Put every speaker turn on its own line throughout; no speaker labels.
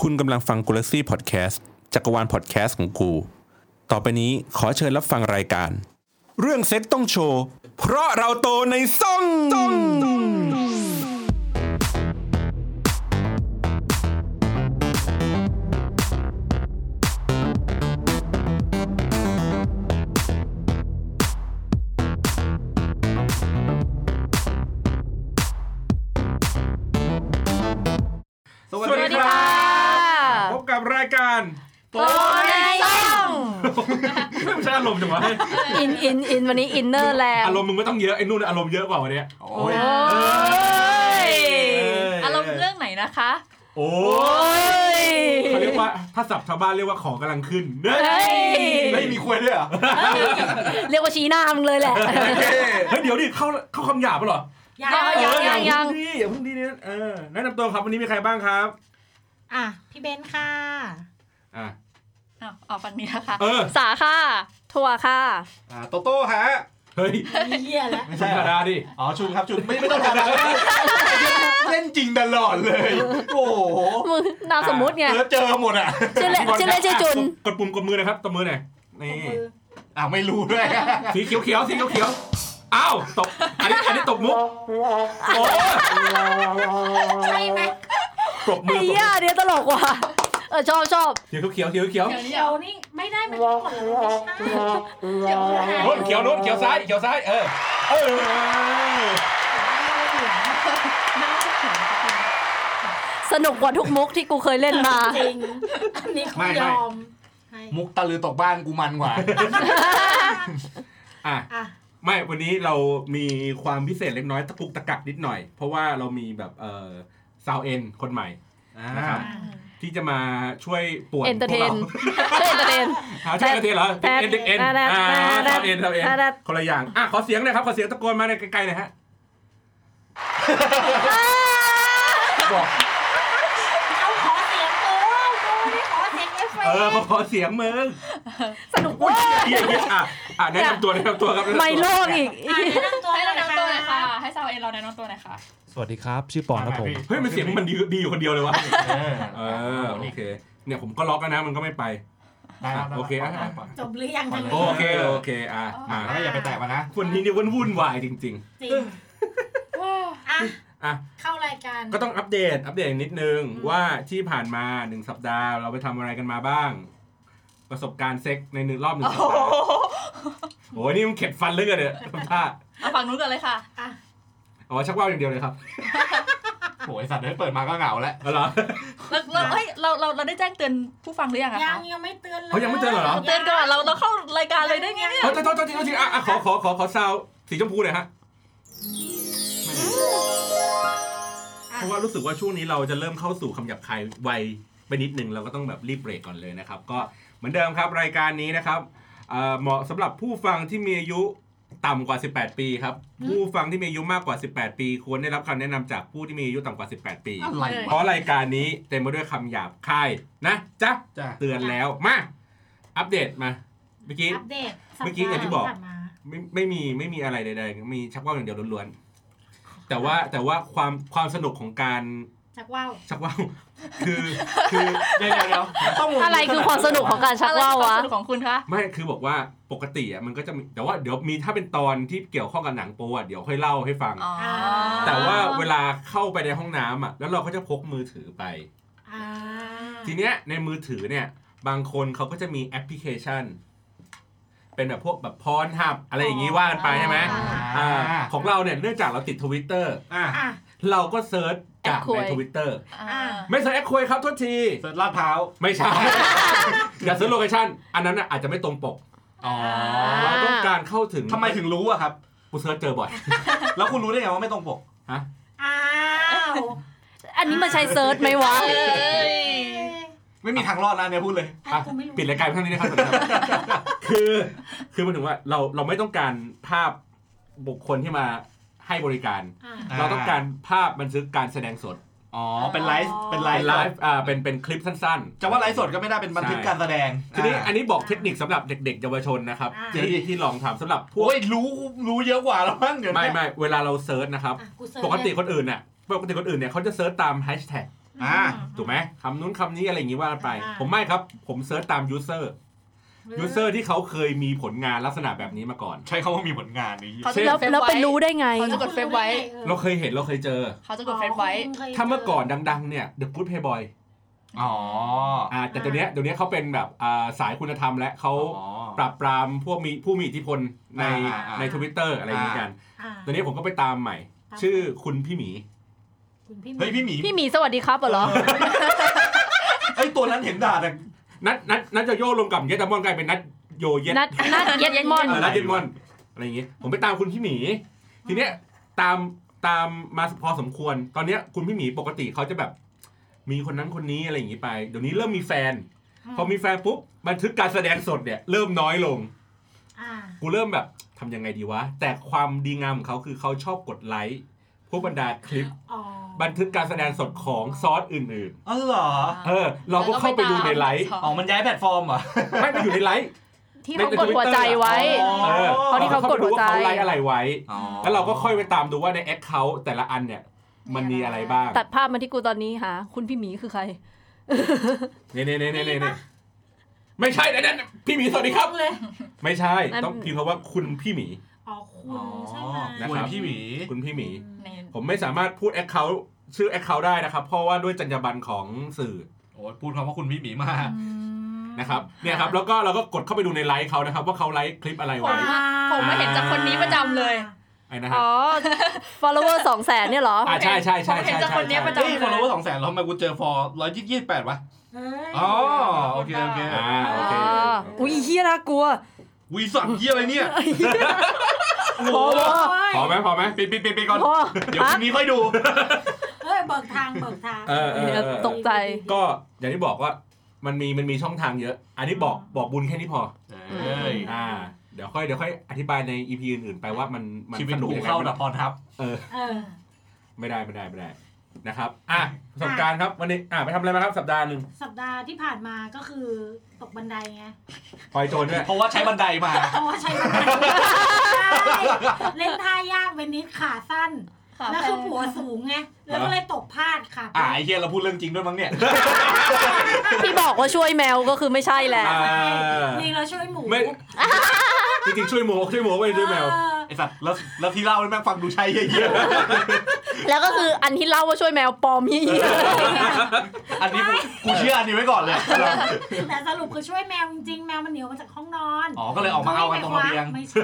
คุณกำลังฟังกูลซี่พอดแคสต์จักรวาลพอดแคสต์ของกู ต่อไปนี้ขอเชิญรับฟังรายการ เรื่องเซ็กต้องโชว์ เพราะเราโตในซ่องซ่อง
สวัสดีครับ พบกับรายการ
โอ้ในซ่อง
ไม่ใช่อารมณ์จังวะ
อินอินอินวันนี้อินเนอร์แรง
อารมณ์มึงไม่ต้องเยอะไอ้นู่นอารมณ์เยอะกว่าวันเนี้ยโอ้ย
โอ้ย
อารมณ์เรื่องไหนนะคะ
โอ้
โอ้ย
เขาเรียกว่าถ้าสับชาวบ้านเรียกว่าของกำลังขึ้นเนย
เฮ้ย
ไม่มีควยด้วยเหรอ
เรียกว่าชี้หน้ามึงเลยแหละ
เฮ้ยเดี๋ยวดิเข้าเข้าคำหยาบปะเหรอ
ยัง
ยัง
เออ
ยังยัง
อาเพิ่นี่อย่าเพิ่งดีนี่เออแนะนำตัวครับวันนี้มีใครบ้างครับ
อ่ะ พี่เบนซ์ค่ะ
อ่ะ
อ้าวออกฝั่งนี้นะคะ
เออ
สาค่ะถั่วค่ะ
อ่าโตโต้ฮะ
เฮ้ย
เยี่ยแล้ว
ไม่
ธร
ใช่
รม
เหรอ
ดาดิ
อ๋อชุนครับชุนไม่ไม่ต้องทำอะไรเล่นจริงตลอดเลย โอ้โห
มึงนามสมมุติไง
เจอเจอหมดอ่ะ
ชื่อเล่นชื่อเล่นชื่อจุน
กดปุ่มกดมือหนะครับตบมือหน่อยนี่
อ้าวไม่รู้ด้วย
สีเขียวเขียวๆสีเขียวเขียวๆอ้าวตบอันนี้อันนี้ตบมุกโอ้ย
ใช่ไหม
ปรบมื
ไอ้
อปรบมื
เหี้ย
อ
เดี๋ยวตลกว่ะเออชอบชอบ
เขียวเขียวๆเขียวๆเขียวๆ
เดี๋ยวนี้
เดี๋ยวนี่ไม่ได้มันกดแล้วไม่ใช่เดี๋ยวหาย
โน้นเขียวโน้นเขียวซ้ายเขียวซ้ายเออเออ
น่าจะเขียน
สนุกกว่าทุกมุกที่กูเคยเล่นมา
จริง อันนี้คุณยอมให้
มุกตะลือตกบ้านกูมันกว่า
อ่ะ
อ่ะ
ไม่วันนี้เรามีความพิเศษเล็กน้อยตะกุกตะกักนิดหน่อย เพราะว่าเรามีแบบเออซาวเอ็นคนใหม่นะครับ
อ่า
ที่จะมาช่วยปวด
เอนเตอร์เท
พว
น
กา
ช่วยเอนเตอร์เทน
หาช่วยเอนเตอร์เทนเหรอ
แพท
เอ็นเด็กเอ็น
แพท
อ่า
แพท
ซาวเอ็นซาวเอ็น
แพท
คนละอย่างอ่ะขอเสียงหน่อยครับขอเสียงตะโกนมาในอยไกลๆหน่อยฮะ
บอก
เอาขอเสียงกูกูไม่ขอเสียงเอฟเฟก
เออ
ต์
ขอขอเสียงมึง
สนุกเว้ย
เหี้ยเหี้ยอ่ะอ่ะแนะนำตัวแนะนำตัวครับแนะนำตัว
ไม่โลกอีก
อ่ะแนะนำตัว
ให้เราแนะนำตัวหน่อยค่ะ
ห
ให้สาวเอ็นเราแนะนำตัวหน่อยค่ะ
สวัสดีครับ ชื่อปอนครับผม
เฮ้ยมันเสียงมันดีดีอยู่คนเดียวเลยวะ
เออ
เออโอเคเนี่ยผมก็ล็อกแล้วนะมันก็ไม่ไป
ได้รับได้รับ
โอเคอ่ะ
ปล่อย
จบหรือยังทาง
โอ
นี้
เค โอเค อ่ะอ่ะ
ปล่อยแล้วอย่าไปแตะมันนะ
วันนี้เนี่ยวุ่นวุ่นวายจริง
จริงอ่ะ
ๆ อ่ะ
เข้ารายการ
ก็ต้องอัปเดต อัปเดตนิดนึง ว่าที่ผ่านมาหนึ่งสัปดาห์ เราไปทำอะไรกันมาบ้าง ประสบการณ์เซ็กในหนึ่งรอบหนึ่งสัปดาห์โอ้ยนี่มันเข็ดฟันเหลยเกินเนี่ยทำท่า
เอาฝั่งนู้นก่อนเลยค่ะ
อ่ะ
อ๋อชักว่าวอย่างเดียวเลยครับ
โอ้ยสัตว์เลยเปิดมาก็เหงาแล้ว
เอาเหรอ
เราเราเอ้ยเราเราเราได้แจ้งเตือนผู้ฟังหรือยังอะ
ยั
คะ
งยังไม่เตือนเลย
เขายังไม่เตือนเหรอ
เตือนก่อนเราเราเข้ารายการเลยได้ไงเนี่ย
เอาจริงจริงจริงอ่ะอ่ะขอขอขอขอซาวสีชมพูหน่อยฮะเพราะว่ารู้สึกว่าช่วงนี้เราจะเริ่มเข้าสู่คำหยาบคายไวไปนิดนึงเราก็ต้องแบบรีบเบรกก่อนเลยนะครับ ก็เหมือนเดิมครับรายการนี้นะครับเอ่อเหมาะสำหรับผู้ฟังที่มีอายุต่ำกว่า 18 ปีครับ ผู้ฟังที่มีอายุมากกว่า 18 ปี ควรได้รับคำแนะนำจากผู้ที่มีอายุต่ำกว่า 18 ปี
อะไร
เพ
วะ
ราะรายการนี้เต็มไปด้วยคำหยาบคายนะจ๊ะ
จ้ะ
เตือนแล้วมาอัปเดตมาเมื่อกี้
อัปเดตสัปด
เมื่อกี้อย่างที่บอก
ผ่นมา
ไม่ไม่มีไม่มีอะไรใดๆ มีชักว่าวอย่างเดียวล้วนๆ แต่ว่าแต่ว่าความความสนุกของการ
จากว่าว
ชักว่าวคือคือ
เดี๋ยวเดี๋ยวเดี๋ยวต้องงง
อะไรคือความสนุกของการชักว่าววะ
อะไรคือคมสนุกของคุณคะ
ไม่คือบอกว่าปกติอ่ะมันก็จะมีแต่ว่าเดี๋ยวมีถ้าเป็นตอนที่เกี่ยวข้องกับหนังโป๊อ่ะเดี๋ยวค่อยเล่าให้ฟัง
อ๋อ
แต่ว่าเวลาเข้าไปในห้องน้ำอ่ะแล้วเราก็จะพกมือถือไป
อ่า
ทีเนี้ยในมือถือเนี่ยบางคนเขาก็จะมีแอปพลิเคชัน เป็นแบบพวกแบบพรหับอะไรอย่างงี้ว่ากันไปใช่ไหม
อ่า
อ่าของเราเนี่ยเนื่องจากเราติดทวิตเตอร์
อ่า
อ่ะ
เราก็เซิร์ชจากในทวิตเตอร์
อ่า
ไม่ใช่แอคควยครับโทษที
เสิร์ชลาดพร้าว
ไม่ใช่ อย่าซื้อโลเคชั่น อันนั้นน่ะอาจจะไม่ตรงปก
อ๋อ
เราต้องการเข้าถึง
ทำไมถึงรู้อะครับ
กูเซิร์ชเจอบ่อย
แล้วคุณรู้ได้ไงว่าไม่ตรงปก
ฮะ
อ้าว
อันนี้มันใช้เซิร์ชไหมวะ
เอ้ย
ไม่มีทางรอดนะเนี่ยพูดเลย
อ่ะกูไม่รู้
ปิดรายการไปเท่านี้ นะครับ คือ คือมันถึงว่าเราเราไม่ต้องการภาพบุคคลที่มาให้บริการ
อ่ะ
อ่า
เราต้องการภาพบันทึกการแสดงสด
อ๋อ เป็นไลฟ์ เป็นไล
เป็น
ฟ์
ไล
สด
ฟ์อ่าเป็นเป็นคลิปสั้น
จะว่าไลฟ์สดก็ไม่ได้เป็นบันทึก
ใช่
การแสดง
ๆ ทีนี้อันนี้บอก
อ่า
เทคนิคสำหรับเด็ก ๆ เยาวชนนะครับ
อ่า
ที่ที่ลองทำสำหรับพวก
โอ้ยรู้รู้เยอะกว่าแล้วมั้งเดี๋ยว
ไม่
เนี่ย
ไม่เวลาเราเซิร์ชนะครับ
อ่ะกูเสิร์ช
ปกติคนอื่นเนี่ยปกติคนอื่นเนี่ยเขาจะเซิร์ชตามแฮชแท็ก
อ่าถูกไหมคำนู้นคำนี้อะไรอย่างงี้ว่ากันไป
อ่า
ผมไม่ครับ ผมเซิร์ชตามยูเซอร์ยูเซอร์ที่เขาเคยมีผลงานลักษณะแบบนี้มาก่อน
ใช้คำว่ามีผลงานนี้
เขาจะ
แล้ว
กดเฟซ
แล้วไป
ว้
รู้ได้ไง
เขาจะกด เฟซไว้
เราเคยเห็นเราเคยเจอ
เขาจะกดเฟซไว้
ถ้าเมื่อก่อนดัง ๆ เนี่ย The Good Playboy
อ๋อ
อ่าแต่เดี๋ยวเนี้ยเดี๋ยวเนี้ยเขาเป็นแบบอ่าสายคุณธรรมและเขา
อ๋อ
ปราบปรามพวกมีผู้มีอิทธิพลใน
อ่าอ่า
ในทวิตเตอร์อะไรอย่างงี้กัน
อ่า
ตอนนี้ผมก็ไปตามใหม่ ชื่อคุณพี่หมี
คุณพี่
เฮ้ยพี่หมี
พี่หมีสวัสดีครับเหรอ
ไอ้ยตัวนั้นเห็นด่าแต่
นัดนัดนัดจะโยกลงกับเยตามอนกลายเป็นนัดโยเยต
นัดนัดเย็ดมอน
เออลาเดมอนอะไรอย่างงี้ ผมไปตามคุณพี่หมี ทีเนี้ยตามตามมาพอสมควร ตอนเนี้ยคุณพี่หมีปกติเขาจะแบบ มีคนนั้นคนนี้อะไรอย่างงี้ไป เดี๋ยวนี้เริ่มมีแฟน พอมีแฟนปุ๊บบันทึกการแสดงสดเนี่ยเริ่มน้อยลง
อ่า
กูเริ่มแบบทำยังไงดีวะ แต่ความดีงามของเขาคือเขาชอบกดไลค์พวกบรรดาคลิป
อ๋อ
บันทึกการแสดงสดของซอสอื่น
อ๋อเหรอ
ๆ เออ เราก็เข้าไปดูในไลฟ์
อ๋อ มันย้ายแพลตฟอร์มเหรอ
ไม่ไปอยู่ในไลฟ์
ที่เขากดหัวใจไว้
เออ
เพราะที่เขากดหัวใจ
เขาไลค์อะไรไว้
อ๋อ
แล้วเราก็ค่อยไปตามดูว่าในแอคเคาท์แต่ละอันเนี่ย มันมีอะไรบ้าง
ตัดภาพมาที่กูตอนนี้หาคุณพี่หมีคือใคร
เนี่ยเนี่ยเนี่ย
มี
เนี่
ปะ
ยไม่ใช่นะนั่นพี่หมีสวัสดีครับ
เลย
ไม่ใช่
นั่น
ต้องพิมพ์คำว่าคุณพี่หมี
อ๋อคุณ
อ๋อ
ใช่ไหม
นะ
คุณพี่หมี
คุณพี่หมี
ใน
ผมไม่สามารถพูดแอคเคาท์ชื่อแอคเคาท์ได้นะครับ เพราะว่าด้วยจรรยาบรรณของสื่อ
โอ้ยพูดคำว่าคุณพี่หมีมาก
นะครับเนี่ยครับ แล้วก็เราก็กดเข้าไปดูในไลฟ์เขานะครับ ว่าเขาไลฟ์คลิปอะไรไว้
ผมมาเห็นจากคนนี้ประจำเลย
ไอ้นะฮะ
อ๋อ follower สองแสนเนี่ยเหรอ
อ่าใช่ใช่
ผม
ใช่
เห็น
ใช่
จาก
ใช่
คนนี้ประ
ใช่
จำ
เฮ้ย
เล
คนเรา
ย
ว่าสองแสนแล้วทำไมกูเจอฟอร์ร้อยยี่สิบแปดวะ
เอ้ย
อ๋อโอเคโอเค
อ่าโอ
อ๋
เค
อ อุ้ยเฮียน่ากลัว
วีสัตว์เหี่อะไรเนี่ย
พอ
พอไหมพอไหม
ปิดปิดปิดปิดก่อน
พอ
เดี๋ยวพ
ฮะ
รุ่งนี้ค่อยดู
เอ้ยเบิกทางเบิกทาง
เออเออเออ
ตกใจ
ก็อย่างที่บอกว่ามันมีมันมีช่องทางเยอะ อันนี้บอกบอกบุญแค่นี้พอ
เอ้ย
อ่าเดี๋ยวค่อยเดี๋ยวค่อยอธิบายใน EP อื่นๆไปว่ามันมัน
ชีวิต
สนุก
กู
ยังไง
เข้า
มัน
ดับพรทับ
เออ
เออ
ไม่ได้ไม่ได้ไม่ได้นะครับ อ่ะประสบการณ์ครับวันนี้อ่ะไปทำอะไรมาครับสัปดาห์หนึ่ง
สัปดาห์ที่ผ่านมาก็คือตกบันไดไง
พลอยโจรด้วย
เพราะว่าใช้บันไดมา
เพราะว่าใช้บันได เล่นท่ายากเวนิสขาสั้น แล้วคือหัวสูงไง แล้วก็เลยตกพลาดค่ะ
อ่าไอ้เฮียเราพูดเรื่องจริงด้วยมั้งเนี่ย
ที่บอกว่าช่วยแมวก็คือไม่ใช่แหละ
อ่า
ลิงเราช่วยหมู
ไม่จริงๆช่วยหมูช่วยหมูไว้ช่วยแมว
เออ
ไอสัตว์แล้วแล้วที่เล่านี่แม่งฟังดูใช่เหี้ย
แล้วก็คืออันที่เล่าว่าช่วยแมวปลอมเฮี ย
ๆอันนี้กูกูเชื่ออันนี้ไว้ก่อนเลย
แต่สรุปคือช่วยแมวจริงๆ แมวมันเหนียวมาจากห้องนอน
อ๋อ ก็เลยออกมาเอากันตรงระเบียง
ไม่ใช่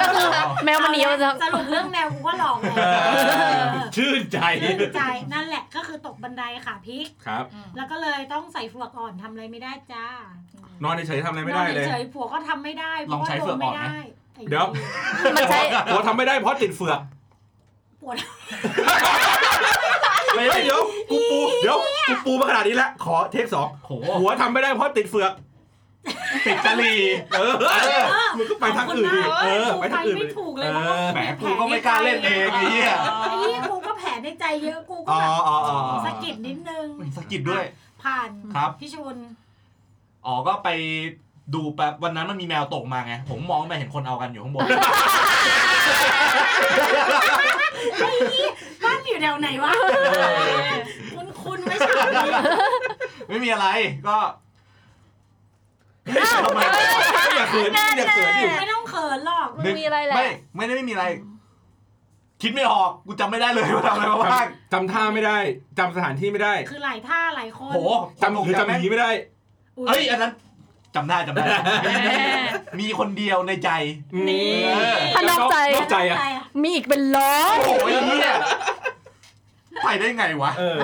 ก็คือแมวมันหนีมาจาก
สรุปเรื่องแมวกูก็หล อกแหละ
เออ
เออ
ชื่นใจ
ชื่นใจนั่นแหละก็คือตกบันไดค่ะพลิก
ครับ
แล้วก็เลยต้องใส่เฟือกอ่อนทำอะไรไม่ได้จ้าน
อนเฉยๆทำอะไรไม่ได้เลย
นอนเฉยๆผัวก็ทำไม่ได้
ลองใช้เฟือกอ่อนไหม
พราะาโนไม่ไ
เดี๋ยว
มันใช้
ผัวทำไม่ได้เพราะติดเฟือก
ปวด
เฮ้ยเดี๋ยวกูปูเดี๋ยวกูปูมาขนาดนี้แล้วขอเทคสอง
โห
ผัวทำไม่ได้เพราะติดเฟือก
ติดจรี
เออมึงก็ไปทางอื่นดิ
เอ
เอ
อ
อ
กู
ไป
ไป
ทางอื่น
ไม่
ดิ
ถูกเลยเพราะว่า
แหมกูก็ไม่กล้าเล่นเองไอ้เหี้ย
ไอ้นี่กูก็แผลในใจเยอะกูก็
อ๋อ
แบบ
อ๋ออ๋ออ๋อ
สะกิดนิดนึง
สะกิดด้วย
ผ่าน
ครับ
พี่ชุน
อ๋อ ก็ไปดูแบบวันนั้นมันมีแมวตกมาไง ผมมองไปเห็นคนเอากันอยู่ข้างบน
ไอ้นี่บ้านอยู่แถวไหนวะ คุณคุณไม่ใช่นี้
ไม่มีอะไร ก็ทำไม
อย่าเขินอย่าเขินดิ
ไม่ต้องเขินหรอก
มันมีอะไรแหละ
ไม่ ไม่ได้ไม่มีอะไร คิดไม่ออก กูจำไม่ได้เลยว่าทำอะไรมาบ้าง
จำท่าไม่ได้จำสถานที่ไม่ได้
คือหลายท่าหลายคน
โห
จำหรือจำ
แม่ง
ผีไม่ได้
เอ้ย อันนั้นจำได้จำได้ มีคนเดียวในใจ
นี่
ถ้านอกใจ
นอกใจอ่ะ
มีอีกเป็นร้อย
โอ้โหไอ้เหี้ยไปได้ไงวะ
เออ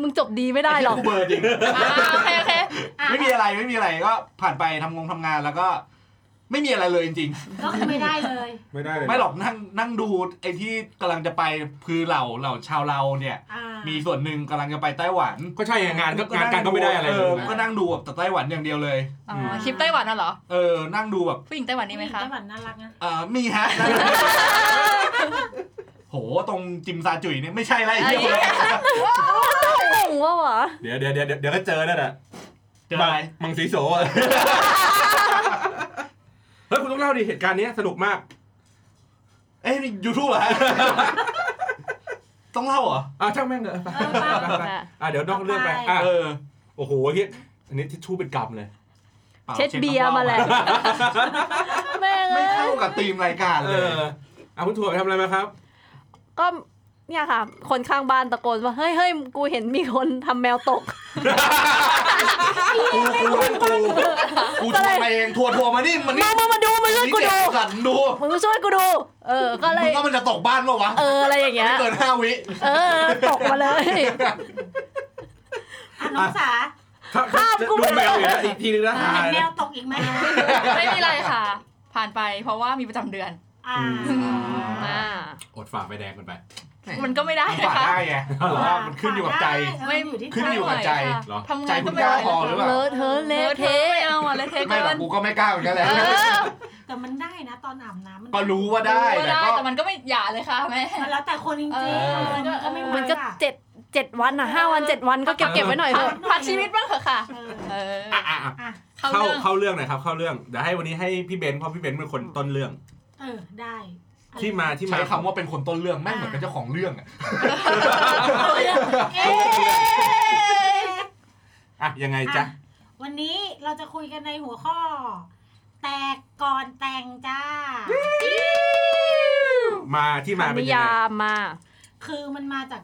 มึงจบดีไม่ได้หรอก
กูเบอร์จริง
อ่าโอเคโอเค
อ่ะ
ไม่มีอะไรไม่มีอะไรก็ผ่านไปทำงงทำงานแล้วก็ ไม่มีอะไรเลยจริง
ก็คือไม่ได้เลย
ไม่ได้เลย
ๆไม่หรอกนั่งนั่งดูไอ้ที่กำลังจะไปคือเหล่าเหล่าชาวเราเนี่ย
อ่า
มีส่วนหนึ่งกำลังจะไปไต้หวัน
ก็ใช่ไงงานก็งานการก็ไม่ได้อะไร
เ
เลย
ก็นั่งดูแบบแต่ไต้หวันอย่างเดียวเลย
อ๋อคลิปไต้หวันน่ะเหรอ
เออ นั่งดูแบบ
ผู้หญิงไต้หวัน
นี่
นี่
ไห
ไห
ม
ม
คะ
คะ
ไต้หวันน่ารักนะ
เออมีฮะนั่งโหตรงจิมซาจุยเนี่ยไม่ใช่ไรเหี้ย
งงว่าวะ
เดี๋ยวเดี๋ยวเดี๋ยวเดี๋ยวก็เจอนั่นแหละ
เจออะไร
มังสีโส อะเฮ้ยคุณต้องเล่าดิเหตุการณ์เนี้ยสนุกมาก
เอ้ยยูทูบเหรอฮะ ต้องเล่าเหรอ
อ่ะช่างแม่งเถอะไป
เออไป
ไปไปอ่ะเดี๋ยวนอกเรื่อง
ไป
ไปอ่ะ
เออ
โอ้โหเฮียอันนี้ทิชชู่เป็นกำเลย
ปล่า
เช็ดเบียร์มาแหละแม่ง
ไม่
เอ้
เข้าย กับธีมรายการ
เอ
เลย
ออ่ะคุณถั่วไปทำอะไรมาครับ
ก็เนี่ยค่ะ คนข้างบ้านตะโกนว่าเฮ้ยเฮ้ยกูเห็นมีคนทำแมวตก
กูกูกูกูทัวร์มาเองทัวร์ทัวร์มานี่มันนี่
มามามาดูมาช่วยกู
เด็
ดู
กสันดู
มึงมาช่วยกูดู เออ ก็เล
มึ
ย
งก็มันจะตกบ้านเปล่าวะ
เออ อะไรอย่างเงี้ย
เกินห้าวิ
เออ ตกมาเลย
อ่ะน้องสา
ถ้าถ้า
กู
ดู
ไม่
แมวอยู่นะอีกทีนึงนะ
เห็
หานย
แม
นะ
วตกอีกไหม
ไม่มีอะไรค่ะ ผ่านไปเพราะว่ามีประจำเดือน
อ่า
อื
อ่า
อดฝ่าไฟแดงกันไป
มันก็ไม่ได้
มัน
นะ
ฝ่า
คะ
ได้ไงเพราะว่ามันขึ้นอยู่กับใจ
ไม่อยู่ที่
ขึ้น
ใจ
อยู่กับใจ
เหรอ
ทำ
ใจ
งาน
คุ
ก็
ณก
ไม่
ล้า
ได้
พอหรือเปล่า
เลอะเทอะเละเทะ
ไม่เอาอะเลยเทเกิ
ไม่หรอก
น
กูก็ไม่กล้าเหมือนกันแหละ
เออ
แต่มันได้นะตอนอาบน้ำมัน
ก็รู้ว่าได้
ก็
แต่
ได้
ก็
แต่มันก็ไม่อย่าเลยค่ะแม่
มันแล้วแต่คนจริง
เอ
ๆ
อ
เออมันก็ไม่ไหว
มันก็
อะ
เจ็ดเจ็ดวันอ่ะห้าวันเจ็ดวันก็เก็บเก็บไว้หน่อยเถอะ
พักชีวิตบ้างเถอะค่ะ
เออ
เออ
อ่ะอ่ะอ่ะ
อ่ะ
เข้า
เข้า
เรื่อง
เข้าเรื่องหน่อยครับ เข้าเรื่องเดี๋ยวให้วันนี้ให้พี่เบนซ์เพราะพี่เบนซ์เป็นคนต้นเรื่อง
เออได้อะไร
ที่มาที่มา
ใช้คำว่าเป็นคนต้นเรื่องแม่งเหมือนเป็นเจ้าของเรื่องอะ
เอ๊ะ
อ่ะยังไงจ๊ะ
อ่ะวันนี้เราจะคุยกันในหัวข้อ แตกก่อนแต่งจ้า
มาที่มาเป็น
นิ
ยัง
ยา
ไง
มมา
คือมันมาจาก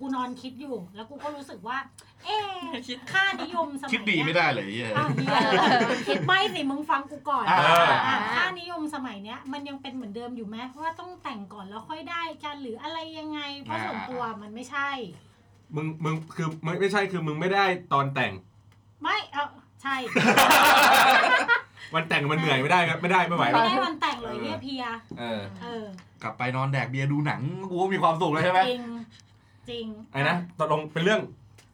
กูนอนคิดอยู่ แล้วกูก็รู้สึกว่า เอ๊ะค่านิยมสมัย
คิดดี
เนี้ย
ไม่ได้เลยไอ้เหี้ย
อ้าวเหี้ ยไม่สิมึงฟังกูก่อน
อ่า
อ่ะค่านิยมสมัยเนี้ย มันยังเป็นเหมือนเดิมอยู่ไหมว่าต้องแต่งก่อนแล้วค่อยได้กันหรืออะไรยังไง เพราะส่วนตัวมันไม่ใช่
มึงมึงคือมึงไม่ใช่คือมึงไม่ได้ตอนแต่ง
ไม่เออใช่
วันแต่งมันเหนื่อยไม่ได้ครับไม่ได้ไม่ไหว
ไม่
หรอก
ได้วันแต่งเลยเนี่ยเพีย
เออ
เออก
ลับไปนอนแดกเบียร์ดูหนังกูก็มีความสุขเลยใช่ไหม
จริงจริง
ไอ้นะตกลงเป็นเรื่อง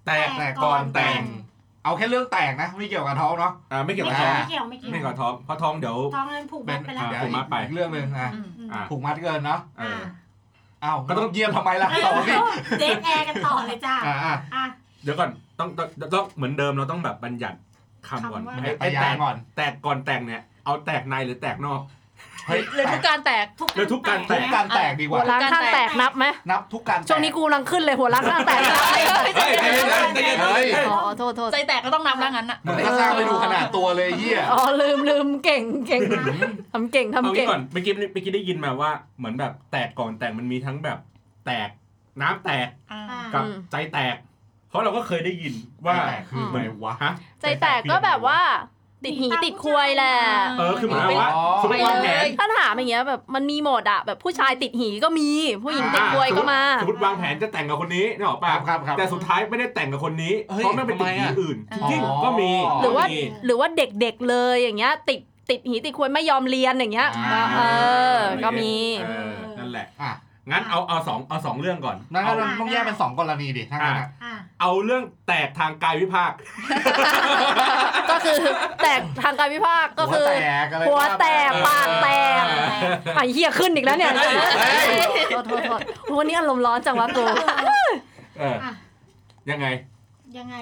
แตก
แต่
แต่
ก่
ก่
อ
อน น
แต่
แต่
ง
ง เอาแค่เรื่องแต่งนะไม่เกี่ยวกับท้องเนาะ
อ่าไม่เกี่ยว
ไม่
กับ
เกี่
ท้
ยว
อง
ไม่เกี่ยวไม่เกี่ยว
ไม่เกี่ยวกับท้องเพราะท้องเดี๋ยว
ท้องนั้นผูกมัดไปแล้ว
อ่ะ
เดี๋ย
ผูกมัดไป
อีเรื่องหนึ่งอ่ะ
อืม
อืม
อ่ะ
ผูกมัดเกินเนาะ
เออ
อ้าวก็ต้องเยี่ยมทำไมล่ะต่อสิ
เดทแอร์กันต่อเลยจ้า
อ่ะอ่ะ
อ่ะ
เดี๋ยวก่อนต้องต้องต้องเหมือนเดิมเราต้องแบบบัญญัติคำก่อน
คำว่า
มัน
ไอ้
ไป
ไอ้
ยาย
แตก
ก่อน
แตกก่อนแต่งเนี่ยเอาแตกในหรือแตกนอก
เฮ้ย
หรือทุกการแตก
ทุก
แล้วทุกการ
ทุกการแตกดีก
หั
ว่า
วล้างข้างแตกนับไหม
นับทุกการแตก
ช่วงนี้กูรังขึ้นเลยหัวล้างข้างแตกนับเลย
เฮ้ยใจเย็นใจเย็นใจ
เฮ้ย
เย็น
อ๋อโทษโทษ
ใจแตกก็ต้องนับแล้วงั้นอ่ะ
มึงก็สร้างไปดูขนาดตัวเลยไอ้เยี่ย
อ๋อลืมลืมเก่งเก่งทำเก่ง
เอา
ทำ
งี้
เก่ง
ก่อนเมื่อกี้เมื่อกี้ได้ยินมาว่าเหมือนแบบแตกก่อนแต่งมันมีทั้งแบบแตกน้ำแตก
อ่ะ
กับ
อืม
ใจแตก เพราะเราก็เคยได้ยินว่า
แตกคืออะไรวะ
ฮะ
ใจแตกก็แบบว่า ติดหีติดควยแหละ
เออคือเหมือนกับว่า
อ๋อ
สมมติวางแผน
ถ้าถามอย่างเงี้ยแบบมันมีหมดอะแบบผู้ชายติดหีก็มี ผู้หญิงติดควยก็มา
สมมติวางแผนจะแต่งกับคนนี้นึกออก
ค
ป่ะ
รับครับครับ
แต่สุดท้ายไม่ได้แต่งกับคนนี้
เฮ้ย
เพราะไม่เป็นติด
ทำไม
ผี
อ่ะ
อื่น
อ๋
จ
อ
ริงๆก็มี
หรือว่า
ก็มี
หรือว่าเด็กๆเลยอย่างเงี้ย ติดติดหีติดควยไม่ยอมเรียนอย่างเงี้ย
อ่า
เออ ก็มี
เออนั่นแหละ
อ่ะ
งั้นเอาเอาสองเอาสองเรื่องก่อน
นั่นก็ต้องแยกเป็นสองกรณีดิถ้างั้นอ่ะ
อ่ะ
เอาเรื่องแตกทางกายวิภาค
ก็คือแตกทางการวิพากษ์ก็คือ
หัวแตกอะไร
หัวแตก
เออ
ปากแตกไอ้เหี้ยขึ้นอีกแล้วเนี่ย
เฮ้ยเฮ้ย
โทษโทษโทษวันนี้อารมณ์ร้อนจังวะกู
เออ
อ่ะ
ยังไง
ยังไง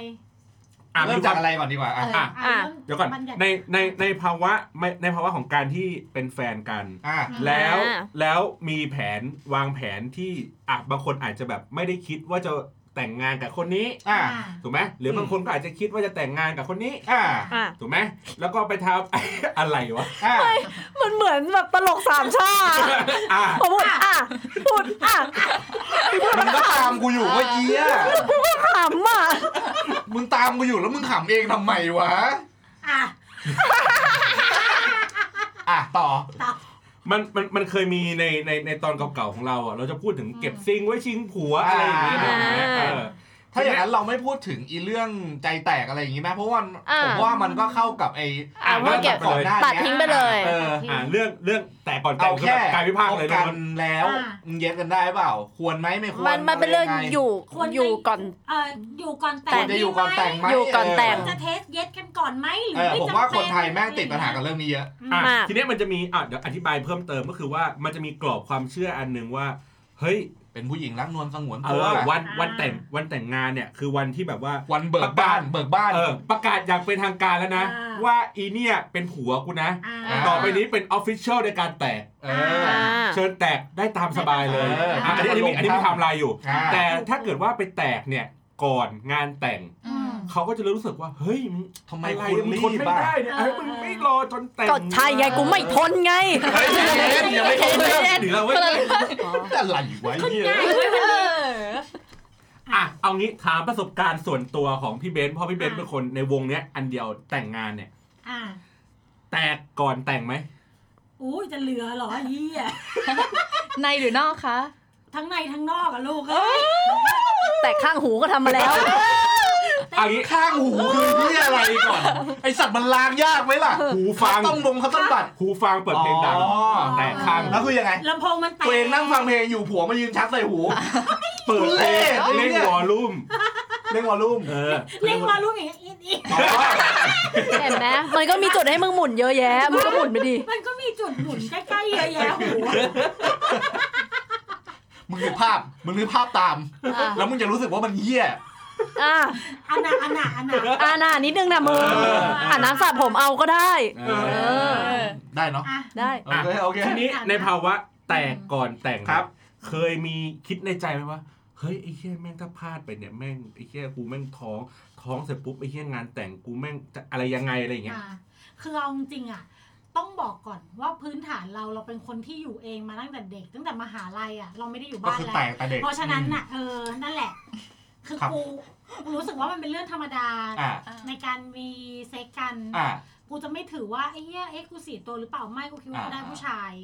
อ่ะ
เริ่ม
มี
จาว
คาก ม
อะไรก่อนดีกว่าอ่ะ
อ่ะ
อ่ะเริ่ม
เดี๋ยวก่อน
บัญญัติ
ในในในภาวะไม่ในภาวะของการที่เป็นแฟนกัน
อ่ะ
แล้วแล้วมีแผนวางแผนที่อ่ะบางคนอาจจะแบบไม่ได้คิดว่าจะแต่งงานกับคนนี้
อ่ะ
ถูกไหมหรืออ
ม
บางคนก็อาจจะคิดว่าจะแต่งงานกับคนนี้
อ่ะ
อ่ะ
ถูกไหมแล้วก็ไปทำ อะไรวะ
อ่ะ
มันเหมือนแบบตลกสามชาติ
อ่ะ
ผมพูดอ่ะพูดอ่ะ
มึงก็ตามกูอยู่เมื่อกี้อ่ะ
ขำอ่ะ
มึงตามกูอยู่แล้วมึงขำเองทำไมวะ
อ่ะ
อ่ะต่อ
มันมันมันเคยมีในในในตอนเก่าๆของเราอ่ะเราจะพูดถึงเก็บซิงไว้ชิงผัวอะไรอย่างเงี้ย
อ่า
เออ
ถ้าอย่างนั้นเราไม่พูดถึงอีเรื่องใจแตกอะไรอย่างงี้ไหมเพราะว่าผมว่ามันก็เข้ากับไอ้
อ่ะ
เมื่
ว่า
อ
เก็บ
ก่อนหน้า
ตัด
เนี้
ทิ้ง
ย
ไปเลย
เออ
อ่ะเรื่องเรื่องแต่ก่อนแต่
เอา
งคือ
แค่
แบบกายวิภาคเลย
พบกั
นะ
นแล้ว
อ่ามึ
มึงเย็ดกันได้เปล่า ควรไหมไม่ควร
มันมันเป็นเรื่อง
ะไ
อยู่
ควรจะ
อยู่ก่อน
เอ่ออยู่ก่อนแต่
คว
ง
รจะอยู่ก่อนแต่งไหม
อยู่ก่อนแต่ง
จะเทสเย็ดกันก่อนไหมหรือ
เออ
ไม่
ผม
จำ
ว่าค
เป็น
ไทยแม่งติดปัญหากับเรื่องนี้เยอะ
อืม
อ่ะ
มาก
ทีเนี้ยมันจะมีอ่ะเดี๋ยวอธิบายเพิ่มเติมก็คือว่ามันจะมีกรอบความเชื่ออันหนึ่งว่า เฮ้ย
เป็นผู้หญิงรักนวลสงวน
เอ
ตัว
อวันวันแต่งวันแต่งงานเนี่ยคือวันที่แบบว่า
วันเบิกบ้านเบิกบ้าน
เออประกาศอย่างเป็นทางการแล้วนะ
อ่า
ว่าอีเนี่ยเป็นผัวกูนะ
อ่า
อ่า
ต่อไปนี้เป็นออฟฟิเชียลในการแตก
เออ
อ่า
เชิญแตกได้ตามสบายเลย
เอออ่
ะอันนี้อันนี้มีอันนี้มีไทม์ไลน์อยู่
อ่า
แต่ถ้าเกิดว่าไปแตกเนี่ยก่อนงานแต่ง
อืม
เขาก็จะรู้สึกว่า เฮ้ยมึง
ทำไม
อะไร
คุณ
มึง
รี
ทน
บ
ไม่
บ้า
ได้เนี่ยเฮ้ยมึงไม่รอจนแต่ง
ก็ใช่ไงกูไม่ทนไง
ยังไม่ครบเลย
หรือเราเว้ย
อะไรอยู่วะเนี่ย
อ่ะเอางี้ถามประสบการณ์ส่วนตัวของพี่เบนซ์เพราะพี่เบนซ์
อ่า
เป็นคนในวงเนี้ยอันเดียวแต่งงานเนี่ย
อ่า
แตกก่อนแต่งไหม
อู้จะเหลือเหรอยี่อ่ะ
ในหรือนอกคะ
ทั้งในทั้งนอกอะลูกเอ้ย
แต่ข้างหูก็ทำมาแล้ว
เอางี้
ข้างหูคือที่อะไรก่อน ไอสัตว์มันล้างยากไหมล่ะ
หูฟัง
เขาต้องบงเขาต้องบัด
หูฟังเปิดเพลงดัง
อ๋อ
แต่ข้าง
แล้วคือยังไง
ลำโพงมันแตก
ตัวเองนั่งฟังเพลงอยู่ผัวมายืนชักใส่หู
เปิดเพลง
ทุเรศ
เล่นวอลลุ่ม
เล่นวอลลุ่ม
เออ
เล่งวอลลุ่มอย่างเงี้ยอีดอีด
เห็นไหมมันก็มีจุดให้มึงหมุนเยอะแยะ มึงก็หมุนไปดิ
มันก็มีจุดหมุนใกล้ๆเยอะแยะหู
มึงนึกภาพ มึงนึกภาพตาม
อ่ะ
แล้วมึงจะรู้สึกว่ามันเหี้ย
อ่ะ
อันน่ะอันน่ะอันน่ะ
อ่าน่ะนิดนึงนะมึง
เออ
อ่าน้ำสระผมเอาก็ได้
เออ
เออ
ได้เนาะ
อ่ะ
ได้
โอเคโอเค
ทีนี้ในภาวะแตกก่อนแต่ง
ครับ
เคยมีคิดในใจไหมว่าเฮ้ยไอ้เหี้ยแม่งถ้าพลาดไปเนี่ยแม่งไอ้เหี้ยกูแม่งท้องท้องเสร็จปุ๊บไอ้เหี้ยงานแต่งกูแม่งจะอะไรยังไงอะไรอย่างเงี้ย
อ่าคือเอาจริงๆอ่ะ ต้องบอกก่อนว่าพื้นฐานเราเราเป็นคนที่อยู่เองมาตั้งแต่เด็ก ตั้งแต่มหาลัยอ่ะ เราไม่ได้อยู่
ก็
บ้าน
คือ
แล้ว
แตกแต่เด็ก
เพราะฉะนั้นน่ะเออนั่นแหละ คือ
ครับ
กูกูรู้สึกว่ามันเป็นเรื่องธรรมดา
อ่า
ในการมีเซ็กกัน
อ่า
กูจะไม่ถือว่าไอ้เหี้ยเอ็กซ์กูสีตัวหรือเปล่าไม่กูคิดว่า
อ่า
กูได้ผู้ชาย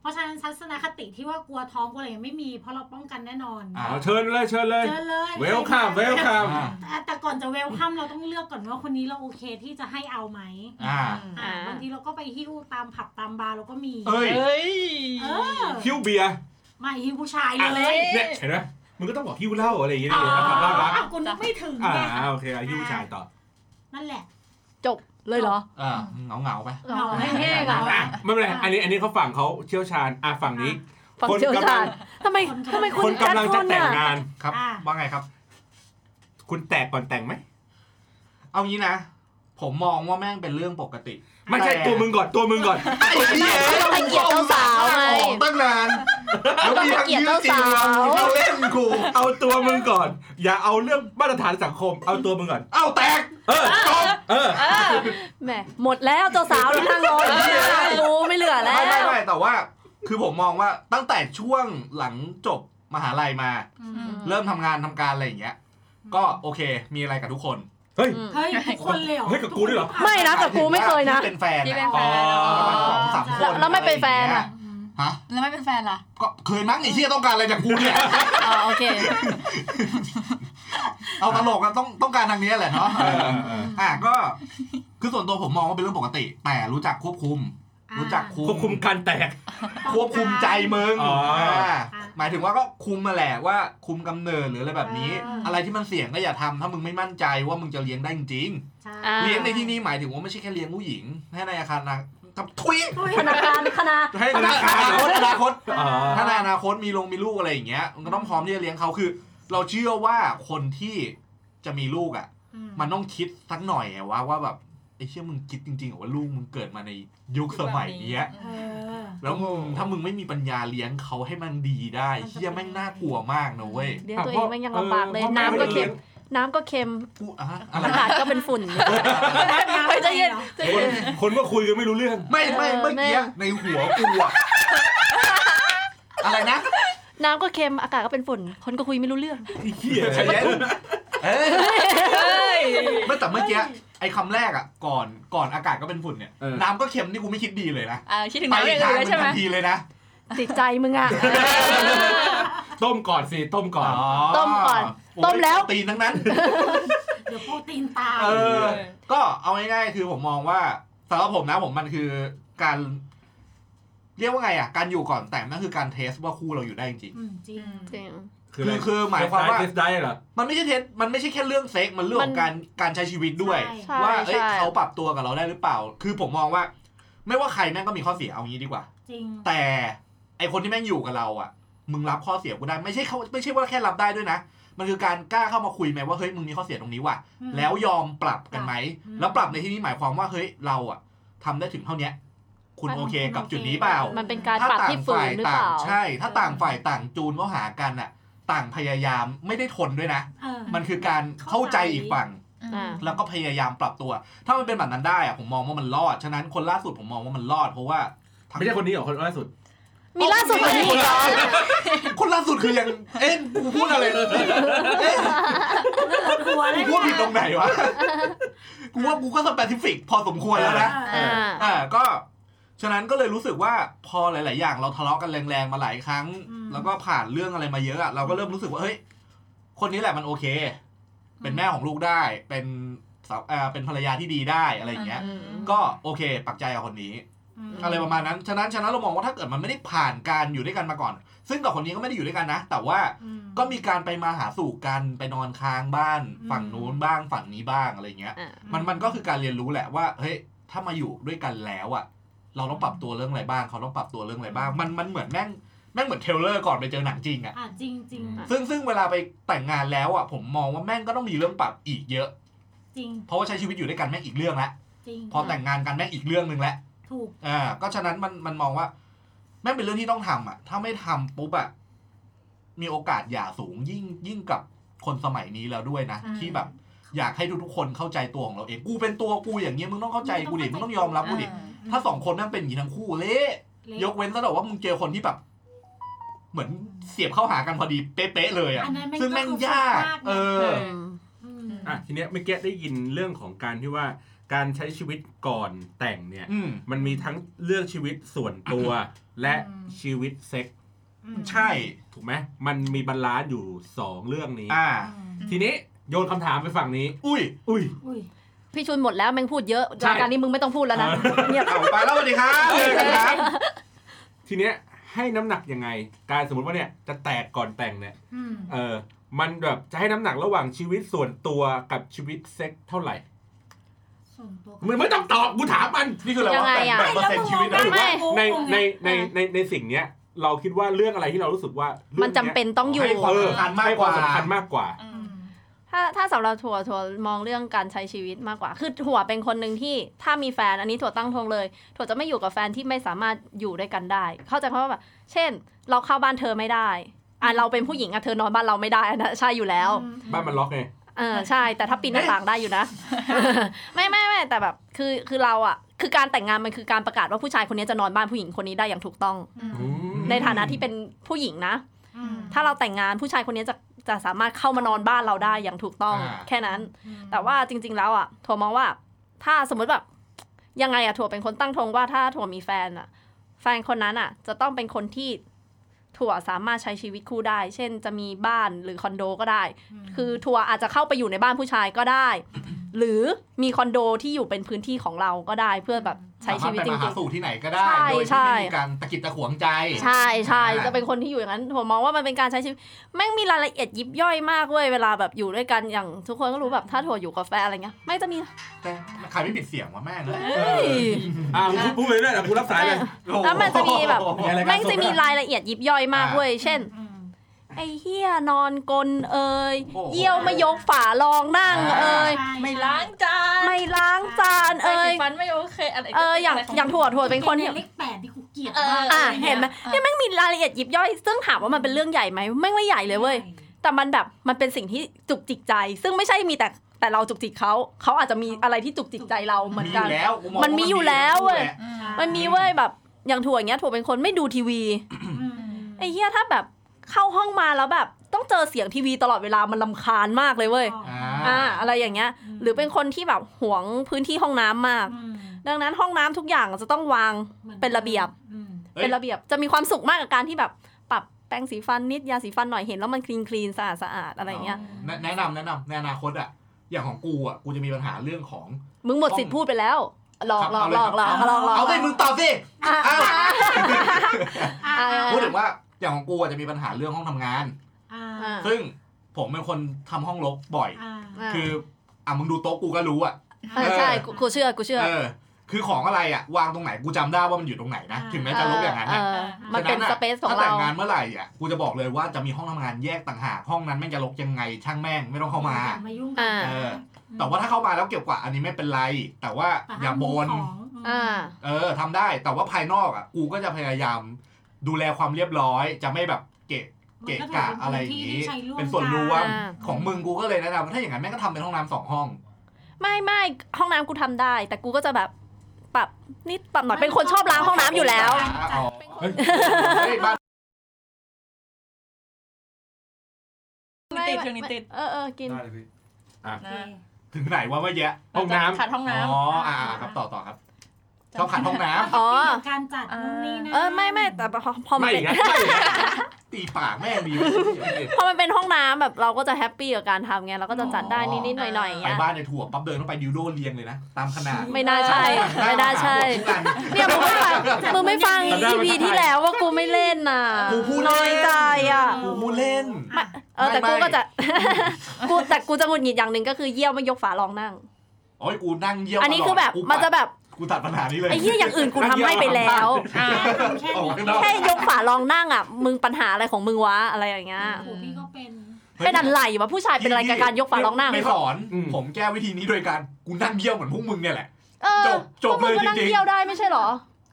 เพราะฉะนั้นทัศนคติที่ว่ากลัวท้องกูอะไรยังไม่มี เพราะเราป้องกันแน่นอน
อ่า
เอาเชิญเลยเชิญเลย
เจอเลย
Welcome Welcome
อ่า
แต่แต่ก่อนจะเวลคัมเราต้องเลือกก่อนว่าคนนี้เราโอเคที่จะให้เอาไหม
อ่า
อ่า
อ่า
บางทีเราก็ไปหิ้วตามผับตามบาร์เราก็มี
เอ้ย
เฮ้ย
เออ
คิวเบียร์
มาหิ้วผู้ชาย
อะ
เล
ไร
ย
เนี่ยเห็นไหมมึงก็ต้องบอกคิวเหล้าอะไรอย่างเงี้ย
อ๋อ
ดิความน่ารัก
อ้าวคุณไม่ถึง
อ่
ไง
าโอเคอ่ะคิวผู้ชายต่อ
นั่นแหละ
จบเลยเหรอ
อ่าเงาเงาๆไป
เหงาแห้งๆอ่ะ
อ่ะไม่เป็นไรอันนี้อันนี้เขาฝั่งเขาเชี่ยวชาญอ่ะฝั่งนี้
ฟังเชี่ยวชาญทำไมทำไม
ค
คุ
น
ณกัด
กำลัง
ค
จะ
น
แต่ง
อ่ะ
งาน
ครับ
อ่า
ว่าไงครับ
คุณแตกก่อนแต่งไหม
เอางี้นะ ผมมองว่าแม่งเป็นเรื่องปกติ
ไม่ใช่
แต่
ตัวมึงก่อนตัวมึงก่อน
ไอ้เหี้ย
ให้เกียรติเจ้าสาวไง
ออกตั้ง นานแล้วมีทั้ง
ให้เกียรติ
ยืด
เจ้า
จี
สาว
นเรามีทั้งเล่นกู
เอาตัวมึงก่อน อย่าเอาเรื่องมาตรฐานสังคม เอาตัวมึงก่อน
เอ้าแตก
เออจบเออ
แหมหมดแล้วเจ้าสาวที่นั่งรออยู่ที่ร้านกูไม่เหลือแล้
ไม่ไม่
ว
ไม่แต่ว่าคือผมมองว่าตั้งแต่ช่วงหลังจบมหาลัยมา
อืม
เริ่มทำงานทำการอะไรอย่างเงี้ย ก็โอเค มีอะไรกับทุกคน
เฮ้ย
เฮ้ยทุกคนเลยเหรอ
เฮ้ยกับกูด้วยเหรอ
ไม่นะแต่กูไม่เคยนะ
ที่เป็นแฟน
ที่เป็น
อะ
แฟนเหรอ
ประมาณสองสามคน
แล้วไม่เป็นแฟนอะ
อืม
ฮะ
แล้วไม่เป็นแฟนล่ะ
ก็เคยมั้งไอ้เหี้ยต้องการอะไรจากกู เนี่ย
อ๋อโอเค
เอาตลกกันต้องต้องการทางเนี้ยแหละเนาะ
เออเออเออ
อ่ะก็ คือส่วนตัวผมมองว่าเป็นเรื่องปกติ แต่รู้จักควบคุม
อ่า
รู้จักคุม
ควบคุมการแตก
ควบคุมใจมึง
อ๋ออ่
าหมายถึงว่าก็คุมมาแหละว่าคุมกำเนิดหรืออะไรแบบนี้
อ่า
อะไรที่มันเสี่ยงก็อย่าทำถ้ามึงไม่มั่นใจว่ามึงจะเลี้ยงได้จริง
ใช่
อ่า
ๆเลี้ยงในที่นี้หมายถึงว่าไม่ใช่แค่เลี้ยงผู้หญิงให้ในอาคารนะกับทุย
ธนาคารคณะ
ให้ธนาคารอนาคตอนาคต
อ่า
ถ้าในอนาคตมีลงมีลูกอะไรอย่างเงี้ยมันก็ต้องพร้อมที่จะเลี้ยงเขาคือ เราเชื่อว่าคนที่จะมีลูกอ่ะ
อื
มันต้องคิดสักหน่อยอะว่าว่าแบบไอ้เชื่อมึงคิดจริงๆเหรอว่าลูกมึงเกิดมาในยุคสมัยเนี้ย
เออ
แล้วมึงถ้ามึงไม่มีปัญญาเลี้ยงเขาให้มันดีได้
มันจะ
เฮียแม่ง
เป็นยังไง
น่ากลัวมากนะเว้ย
เดี๋ยวตัวเองแม่งยังลำบากเลย
ออ
น้ำก็เค็ม
พ
น้ำก็เค็ม
กูอะอะไร
อากาศก็เป็นฝุ่น
น้ำอะไรเหรอ
ราะไม่ได้เลี้ยงคนคนก็คุยกันไม่รู้เรื่อง
ไม่ไม่
เออ
เมื่อกี้
แม่
ในหัวกูอะอะไรนะ
น้ำก็เค็ม อากาศก็เป็นฝุ่น คนก็คุยไม่รู้เรื่อง
ไอ้เหี้ย
ใจเย็นเอ้ยไม่แต่เมื่อกี้ไอ้คำแรกอะก่อนก่อนอากาศก็เป็นฝุ่นเนี่ย น้ำก็เค็มนี่กูไม่คิดดีเลยนะ
อ่าคิดถึง
ไป
น้ำ
อี
เรื่
ก
อง
ทาง
อื่
หนึ่งทั
นแล้วใช่ไหม
นทีเลยนะ
จิตใจมึงอะ
ต้มก่อนสิต้มก่อน
อ๋อ
ต้มก่อน
โย
ต้มแล้ว
ตีนทั้งนั้น
เดี๋ยวโปรตีนตาย
เออ ก็เอาง่ายๆคือผมมองว่าสำหรับผมนะผมมันคือการ เรียกว่าไงอ่ะ การอยู่ก่อนแต่งนั่นคือการเทสว่าคู่เราอยู่ได้จริง
มจริง
จริง
คืออะไร
คือหมายความว่า
เทสได้เหรอ
ๆมันไม่ใช่เทสมันไม่ใช่แค่เรื่องเซ็กมันเรื่องของการการใช้ชีวิตด้วย
ใช่
ว่าเอ้ย
ใช่
เขาปรับตัวกับเราได้หรือเปล่า คือผมมองว่า ไม่ว่าใครแม่งก็มีข้อเสียเอางี้ดีกว่า
จริง
แต่ไอคนที่แม่งอยู่กับเราอ่ะ มึงรับข้อเสียกูได้ไม่ใช่เขาไม่ใช่ว่าแค่รับได้ด้วยนะ มันคือการกล้าเข้ามาคุยไหมว่าเฮ้ยมึงมีข้อเสียตรงนี้ว่ะ
อืม
แล้วยอมปรับกันไหม
อืม
แล้วปรับในที่นี้หมายความว่าเฮ้ยเราอะทำได้ถึงเท่าเนี้ย คุณ
มัน
โอเค
คุณ
กับ
โอเค
จุดนี้เปล่า
มันเป็นการปรับที่ฝืนหรือเป
ต่าง
ล่า
ใช่ ถ้าต่างฝ่ายต่างจูนเข้าหากันอะต่างพยายามไม่ได้ทนด้วยนะ
เออ
มันคือการเข้าใจอีกฝั่ง
อ่า
แล้วก็พยายามปรับตัว ถ้ามันเป็นแบบนั้นได้อะผมมองว่ามันรอด ฉะนั้นคนล่าสุดผมมองว่ามันรอด เพราะว่าทั้ง
ไม่ใช่คนนี้เหรอคนล่าสุด
มีล่าสุดกว่านี้อีกเหรอ
คนล่าสุดคือยัง เอ๊ะกูพูดอะไรเลยเอ๊ะ
กลัวแล้ว
กูพูดผิ
เนี่
ด
ย
ตรงไหนวะ กูว่ากูก็สเปซิฟิกพอสมควรแล้วนะ
อ่า
อ่าก็ฉะนั้นก็เลยรู้สึกว่าพอหลาย ๆ อย่างเราทะเลาะกันแรง ๆ มาหลายครั้ง
อืม
แล้วก็ผ่านเรื่องอะไรมาเยอะอะเราก็เริ่มรู้สึกว่าเฮ้ยคนนี้แหละมันโอเค เป็นแม่ของลูกได้ เป็นสาวเอ่อเป็นภรรยาที่ดีได้อะไรอย่างเงี้ย ก็โอเค ปักใจกับคนนี้
ม
อะไรประมาณนั้น ฉะนั้นฉะนั้นเรามองว่าถ้าเกิดมันไม่ได้ผ่านการอยู่ด้วยกันมาก่อน ซึ่งกับคนนี้ก็ไม่ได้อยู่ด้วยกันนะ แต่ว่า
อืม
ก็มีการไปมาหาสู่กันไปนอนค้างบ้าน ฝั่งนู้นบ้างฝั่งนี้บ้างอะไรอย่างเงี้ย
อ่า
มันมันก็คือการเรียนรู้แหละว่าเฮ้ยถ้ามาอยู่ด้วยกันแล้วอ่ะ เราต้องปรับตัวเรื่องอะไรบ้าง เขาต้องปรับตัวเรื่องอะไรบ้าง มันมันเหมือนแม่งแม่งเหมือนเทรลเลอร์ก่อนไปเจอหนังจริงอ่ะ
อ่ะจริงจริง
ซึ่งซึ่งเวลาไปแต่งงานแล้วอ่ะผมมองว่าแม่งก็ต้องมีเรื่องปรับอีกเยอะ
จริง
เพราะว่าใช้ชีวิตอยู่ด้วยกันแม่งอีกเรื่องละ
จริง
พอแต่งงานกันแม่งอีกเรื่องหนึ่งละ
ถูก
อ่าก็ฉะนั้นมันมันมองว่า แม่งเป็นเรื่องที่ต้องทำอ่ะ ถ้าไม่ทำปุ๊บอ่ะมีโอกาสหย่าสูงยิ่งยิ่งกับคนสมัยนี้แล้วด้วยนะ
อืม
ที่แบบ อยากให้ทุกๆคนเข้าใจตัวของเราเอง กูเป็นตัวกูอย่างเงี้ยมึงต้องเข้าใจกูดิ มึงต้องยอมรับกูดิ
อ่า
ถ้าสองคนนั่นเป็นอย่างนี้ทั้งคู่เละ
เละ
ยกเว้นซะแต่ว่ามึงเจอคนที่แบบ เหมือนเสียบเข้าหากันพอดีเป๊ะๆเลยอะ
อันนั้น
ซึ่งแม่งยาก เออ
อืม
อ่ะทีเนี้ยเมื่อกี้ได้ยินเรื่องของการที่ว่าการใช้ชีวิตก่อนแต่งเนี่ย
อืม
มันมีทั้งเรื่องชีวิตส่วนตัว และชีวิตเซ็กซ์
อืม
ใช่
ถูกไหมมันมีบาลานซ์อยู่สองเรื่องนี้
อ่า
ทีนี้โยนคำถามไปฝั่งนี้
อุ้ย
อุ้ย
อุ้ย
พี่ชุนหมดแล้วแม่งพูดเยอะ
ใช่
รายการนี้มึงไม่ต้องพูดแล้วนะเงียบ
เอาไปแล้วสวัสดีครับเลยครับ
ทีเนี้ยให้น้ำหนักยังไง การสมมติว่าเนี่ยจะแตกก่อนแต่งเนี่ย
อืม
เออ มันแบบจะให้น้ำหนักระหว่างชีวิตส่วนตัวกับชีวิตเซ็กเท่าไหร่
ส่วนตัว
มึงไม่ต้องตอบกูถามมัน
นี่คืออะไร
ยั
วะ
งไงอ่ะ
แบ่งเปอร์เซ็นต์ชีวิตเหรอ
ไม่ ใน
งงไง
ในในในในสิ่งเนี้ย เราคิดว่าเรื่องอะไรที่เรารู้สึกว่า
มั
มัน
จำเป็นต้องอยู่
ให้ความสำคัญมากกว่า
สำคัญมากกว่า
อื
อื
ม
ม
ถ้าถ้าสำหรับถั่วถั่วมองเรื่องการใช้ชีวิตมากกว่า คือถั่วเป็นคนหนึ่งที่ถ้ามีแฟนอันนี้ถั่วตั้งทงเลย ถั่วจะไม่อยู่กับแฟนที่ไม่สามารถอยู่ด้วยกันได้ เข้าใจเพราะว่าแบบเช่น เราเข้าบ้านเธอไม่ได้อ่ะเราเป็นผู้หญิงอ่ะเธอนอนบ้านเราไม่ได้อันนั้นใช่อยู่แล้ว
อืม
บ้านมันล็อกไง
เออใช่แต่ถ้าปีนหน้าต่างได้อยู่นะ ไม่ไม่ไม่แต่แบบคือคือเราอ่ะคือการแต่งงานมันคือการประกาศว่าผู้ชายคนนี้จะนอนบ้านผู้หญิงคนนี้ได้อย่างถูกต้อง ในฐานะที่เป็นผู้หญิงนะ
อืม
ถ้าเราแต่งงานผู้ชายคนนี้จะจะสามารถเข้ามานอนบ้านเราได้อย่างถูกต้อง
อ่า
แค่นั้น
อืม
แต่ว่าจริง ๆ แล้วอ่ะถั่วมองว่า ถ้าสมมติแบบยังไงอ่ะถั่วเป็นคนตั้งธงว่าถ้าถั่วมีแฟนอ่ะ แฟนคนนั้นอ่ะ จะต้องเป็นคนที่ถั่วสามารถใช้ชีวิตคู่ได้ เช่นจะมีบ้านหรือคอนโดก็ได้ คือทัวร์อาจจะเข้าไปอยู่ในบ้านผู้ชายก็ได้ หรือมีคอนโดที่อยู่เป็นพื้นที่ของเราก็ได้เพื่อแบบใช้ชีวิตจ
สามารถไปมาหา
ริง
สู่ที่ไหนก็ได้
ใช่
โดย
ใช่
ที่ไม่มีการตะกิดตะขวงใจ
ๆ ใช่ใช่จะเป็นคนที่อยู่อย่างนั้นผมมองว่ามันเป็นการใช้ชีวิตแม่งมีรายละเอียดยิบย่อยมากเว้ยเวลาแบบอยู่ด้วยกันอย่างทุกคนก็รู้แบบถ้าถั่วอยู่กับแฟนอะไรเงี้ยไม่จะมี
แต่ใครไม่ปิดเสียงวะแม่งเลย
เอ้ย
อ่ามึงพูดพูดไปเรื่อยนะกูรับสายเลย
แล้วมันจะมีแบบ
โอ้โห
แม่งจะมีรายละเอียดยิบย่อยมากเว้ยเช่น
อืม
ไอ้เฮียนอนกลนเอ่ย
โอ้โห
เยี่ยวไม่ยกฝารองนั่งเอ่ย
ใช่
ไม่ล้างจาน
ไม่ล้างจานเอ่
ใส่
ย
สีฟันไม่โอเคอะไร
เอออย่าง
ะไรข
อย่างถั่วถั่วเป็นคน
เด็
ที่
กเล็กแปดที่กูเกลียด
เออ
มาก
อะ
อ่ะ
รงี้ย
เห็นไหม
อ่ะ
แม่งมีรายละเอียดยิบย่อย ซึ่งถามว่ามันเป็นเรื่องใหญ่ไหมไม่งไม่ใหญ่เลยเว้ยแต่มันแบบมันเป็นสิ่งที่จุกจิกใจ ซึ่งไม่ใช่มีแต่แต่เราจุกจิกเขาเขาอาจจะมีอะไรที่จุกจิกใจเราเหมือน
มีอ
กัน
ยู่แล้วกูง
มันมีอยู่แล้วเว้ย
ใช่
มันมีเว้ยแบบอย่างถั่วอย่างเงี้ยถั่วเป็นคนไม่ดูทีวี
อืม
ไอ้เฮียถ้าแบบเข้าห้องมาแล้วแบบต้องเจอเสียงทีวีตลอดเวลามันลำคาญมากเลยเว้ย
อ่
อ่า
า
อะไรอย่างเงี้ย หรือเป็นคนที่แบบหวงพื้นที่ห้องน้ำมาก
อืม
ดังนั้นห้องน้ำทุกอย่างจะต้องวาง เป็นระเบียบ
อืม
เอ้ย
เป็นระเบียบจะมีความสุขมากกับการที่แบบปรับแปรงสีฟันนิดยาสีฟันหน่อยเห็นแล้วมันคลีนคลีนสะอาดสะอาดอะไรอย่างเงี้ย
แนะแนะนำแนะนำในอนาคตอ่ะ อย่างของกูอ่ะ กูจะมีปัญหาเรื่องของ
มึงหมดสิทธิ์พูดไปแล้วหลอกหลอกหลอกหลอกหลอกหลอก
เอาสิมึงตอบสิอ้าว
อ่า
พูดถึงว่าอย่างของกูอ่ะจะมีปัญหาเรื่องห้องทำงาน
อ่า
อ่า
ซึ่งผมเป็นคนทำห้องรกบ่อย
อ่า
คืออ่ะมึงดูโต๊ะกูก็รู้อ่ะ
เออใช่กูกูเชื่อกูเชื่อ
เออ คือของอะไรอ่ะวางตรงไหนกูจำได้ว่ามันอยู่ตรงไหนนะถึงแม้จะลบอย่างนั้น
เอ
นะ
อมันเป็นสเปซของ
ถ้าแต่
เรา
งงานเมื่อไหร่อ่ะกูจะบอกเลยว่าจะมีห้องทำงานแยกต่างหากห้องนั้นแม่งจะลกยังไงช่างแม่งไม่ต้องเข้ามา
อย่มายุ่งกั
อ่า
เออ แต่ว่าถ้าเข้ามาแล้วเกี่ยวกว่าดอันนี้ไม่เป็นไร แต่ว่า
แต่
อย่า
ห้าม
บ
มี
น
ของม
อ่า
เออทำได้แต่ว่าภายนอกอ่ะกูก็จะพยายามดูแลความเรียบร้อย จะไม่แบบเกะเกะกะอะไรอย่างนี้
มั
เป็น
นก็
ส่วน
ถื
ร
อ
ว
ว่า
ม
เป็นพื้นที่ที่ใช้ร่วมกันอ่า
ของมึงกูก็เลยแนะนำว่าถ้าอย่างนั้นแม่งก็ทำเป็นห้องน้ำสองห้อง
ไม่ไม่ห้องน้ำกูทำได้ แต่กูก็จะแบบปรับนิดปรับหน่อยเป็นคนชอบล้างห้องน้ำอยู่แล้ว
อ๋อเฮ้ยเฮ้ยบ้าน
มือติดเครื่องนี้ติด
เออเออกิน
ได้เลยพี่
โอ
นะ
เค
ถึงไหนว่าเมื่อกี้
ห้องน้ำ
ขาดห้องน้
อ๋ออ่าครับต่อต่อครับชอบขัดห้องน้
อ๋อ
การจัดนู่นนี่นั่น
เออไม่ไม่แต่พอพอมัน
ไม่
เป็น
นะไม่นะ
ำ ตีปากแม่มีไว้
พอมันเป็นห้องน้ำแบบเราก็จะแฮปปี้กับการทำไงเราก็จะจัดได้นิดๆหน่อยๆอย่าง
ไป
เงี้ย
บ้านในถั่วปั๊บเดินเข้าไปดิวโดเรียงเลยนะ ตามขนาด
ไม่น่าใช่ไม่น่าใช่
ทุกอัน
เนี่ยมึงไม่ฟังมึงไม่ฟัง
ได้
อี
มัน
พี
ได้
ที่แล้วว่ากูไม่เล่นน่ะ
กูพูดเล่น
น้อยใจอ่ะ
กูพูดเล่น
อ่ะ
เออแต่
ไม่
กู
ไม่
ก็จะ กูแต่กูจะหงุดหงิดอย่างหนึ่งก็คือเยี่ยวไม่ยกฝารองนั่ง
โอ้ยกูนั่งเยี่ยว
อันนี้คือแบบ
ตลดกู
มันจะแบบ
กูตัดปัญหานี้เลย
ไอ้เหี้ยอย่างอื่นกูทำให้ไปแล้ว
แค่ทำแค่
ออก
นี้
มาข้างนอก
แค่ยกฝารองนั่งอ่ะมึงปัญหาอะไรของมึงวะอะไรอย่างเงี้ย
โอ้โหพี่ก็เป็น
เป็นอะไรวะผู้ชายเป็นอะไรกับการยกฝารองนั่ง
ไม่สอน
อืม
ผมแก้วิธีนี้โดยการกูนั่งเยี่ยวเหมือนพวกมึงเนี่ยแหละ
เออ
จบจบ
พวกมึง
เลย
ก็นั่ง
จริงๆ
เยี่ยวได้ไม่ใช่เหรอ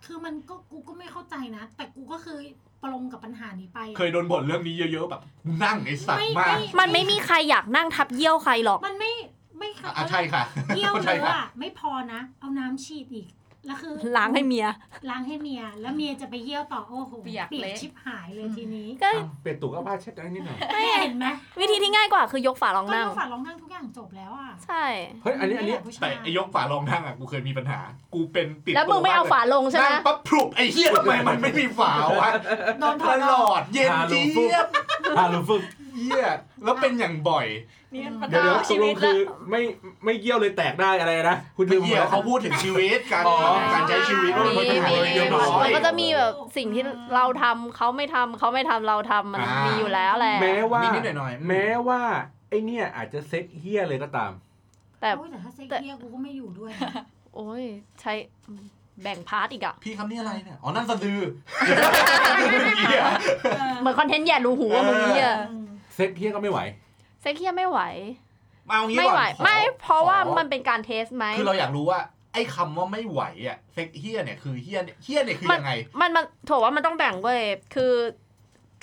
คือมันก็กูก็ไม่เข้าใจนะ แต่กูก็คือปรงกับปัญหานี้ไป
เคยโดนบ่นเรื่องนี้เยอะๆแบบกูนั่งไอ้สัตว์มาก
ไม่
มันไม่มีใครอยากนั่งทับเยี่ยวใครหรอก
มันไม่ไม่ค่ะ
อ่ะใช่ค่ะ
เที่ยว
ใช่
เยอะ
ค่ะ
อะไม่พอนะ เอาน้ำฉีดอีก แล้วคือ
ล้างให้เมีย
ล้างให้เมีย แล้วเมียจะไปเยี่ยวต่อโอ้โห
เปียกเละ
ชิบหายเลยที นี้
ก็
เปลี่ยนตุกเอาผ้าเช็ดได้นิดหน่อย
ไม่เห็นไหม
วิธีที่ง่ายกว่าคือยกฝารอง
ก็
นั่ง
เราฝันร้องนั่งทุกอย่างจบแล้วอ่ะ
ใช่
เฮ้ย อันนี้ อันนี้
ผู้ชา
แต่ไอ้ยกฝารองนั่งอ่ะกูเคยมีปัญหา กูเป็นติด
แล้วมึงไม่เอาฝาลงใช่ไหม
นั่งปั๊บพรุบไอ้เหี้ยทำไมมันไม่มีฝาวะ
โดนถ
ต
อด
ล
ออก
อดเย็นเจี๊ยบ
อ่ารู้ฝึก
เหี้ยแล้วเป็นอย่างบ่อย
ำนี่มันปัญ
เดี๋ยว
หาของชี
เดี๋ยวตกล
วิ
ง
ต
คื
ละ
อไม่ไม่เยี่ยวเลยแตกได้อะไรนะ คุณลื
ไม่
มหมด
เหี้ย
แล้ว
เขาพูดถึงชีวิตการ
อ๋อ
การใช้ชีวิต
มี
มันเป็นปัญหา
มี
เล็กๆน้อ
มั
ย
น
ๆ
ก็จะมีแบบสิ่งที่เราทำเขาไม่ทำเขาไม่ทำเราทำมัน
อ่ามี
มีอยู่แล้วแหละ
แม้ว่า
นิดๆหน่อยๆ
แม้ว่า ไอเนี่ยอาจจะเซ็กเฮี้ยเลยก็ตาม
แต่
โอ้ยแต่ถ้าเซ็กเที่ยวกูก็ไม่อยู่ด้วยนะ
โอ้ยใช้แบ่งพาร์ทอีกอะ
พี่คำนี่อะไรเนี่ย อ๋อ นั่นสะ ดือเหี้ย
เหมือนคอนเทนต์แย่รูหูอะมึงเนี่
เอย อ
อืม
เซ็กเฮี้ยก็ไม่ไหว
เซ็กเฮียไม่ไหว
มาเอางี้
ไม่
ก่อน
ไหว
ขอ
ไม่เพราะว่า
ขอ
มันเป็นการเทสไหม
คือเราอยากรู้ว่า ไอ้คำว่าไม่ไหวอ่ะเซ็กเฮียเนี่ยคือเฮียเนี่ยเฮียเนี่ยคือยังไง
มันมันโถว่ามันต้องแบ่งเว้ยคือ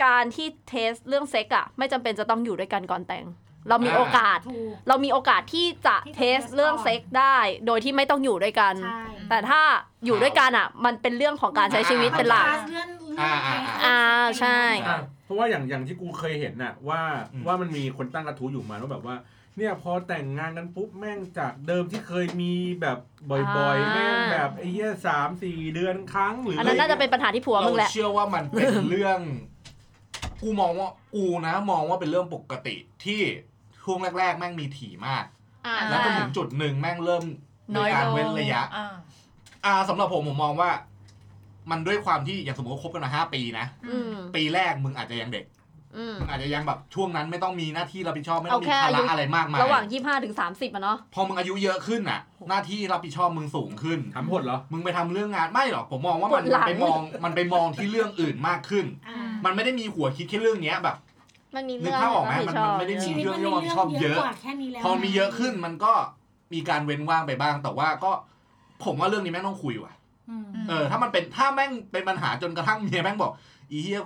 การที่เทสเรื่องเซ็กอะไม่จำเป็นจะต้องอยู่ด้วยกันก่อนแต่ง เรามี
อ่า
โอกาส
ถูก
เรามีโอกาสที่จะ
ที่จะ
เทสเรื่องเซ็กได้ โดยที่ไม่ต้องอยู่ด้วยกัน
ใช่
แต่ถ้าอยู่ด้วยกันอ่ะ มันเป็นเรื่องของการใช้ชีวิตเป็นหลัก
มัจะเลื่อนเลื่อนไป
อ่าใช่
อ่ะเพราะว่าอย่างอย่างที่กูเคยเห็นน่ะว่า
อืม
ว่ามันมีคนตั้งกระทู้อยู่มาว่าแบบว่า เนี่ยพอแต่งงานกันปุ๊บแม่งจากเดิมที่เคยมีแบบบ่อย
อ่า
ๆ แม่งแบบไอ้เหี้ยสามสี่เดือนครั้งหรือ
อั
อะ
น
ไร
นั้นน่าจะเป็นปัญหาที่ผัวมึงแห
เรา
ละ
เชื่อว่ามันเป็นเรื่อง กูมองว่ากูนะ มองว่าเป็นเรื่องปกติที่ช่วงแรก ๆ แม่งมีถี่มาก
อ่า
แล้วจนถึงจุดหนึ่งแม่งเริ่มมี
น้อย
การ
ลง
เว้นระยะ
อ่า
อ่าสำหรับผมผมมองว่า มันด้วยความที่อย่างสมมติว่าคบกันมาห้าปีนะ
อืม
ปีแรกมึงอาจจะยังเด็ก
อืม
อาจจะยังแบบช่วงนั้นไม่ต้องมีหน้าที่รับผิดชอบไม่ต้องมี
เอาแค่
ภา
อายุ
ระอะไรมากมาย
ระหว่าง 25ถึง30อ่ะเนาะ
พอมึงอายุเยอะขึ้นน่ะ หน้าที่รับผิดชอบมึงสูงขึ้น
ทำหดเหรอ
มึงไปทำเรื่องงานไม่หรอกผมมองว่ามัน
ปวดหลัง
ไปมองมันไปมองที่เรื่องอื่นมากขึ้น
อ่า
มันไม่ได้มีหัวคิดแค่เรื่องเนี้ยแบบ
มันมี
นึ
เรื่
ก
อง
ภาพออกไหม
รับผิดชอ
มั
น บ
มันไม่ได้
ชีวิตมันมีเรื่องเยอะกว่าแค่นี้แล้ว
พอมีเยอะขึ้นมันก็มีการเว้นว่างไปบ้าง แต่ว่าก็ผมว่าเรื่องนี้แม่งต้องคุยว่ะ
อืม
เออถ้ามันเป็นถ้าแม่งเป็นปัญหาจนกระทั่งเมียแม่งบอก อีเหี้ย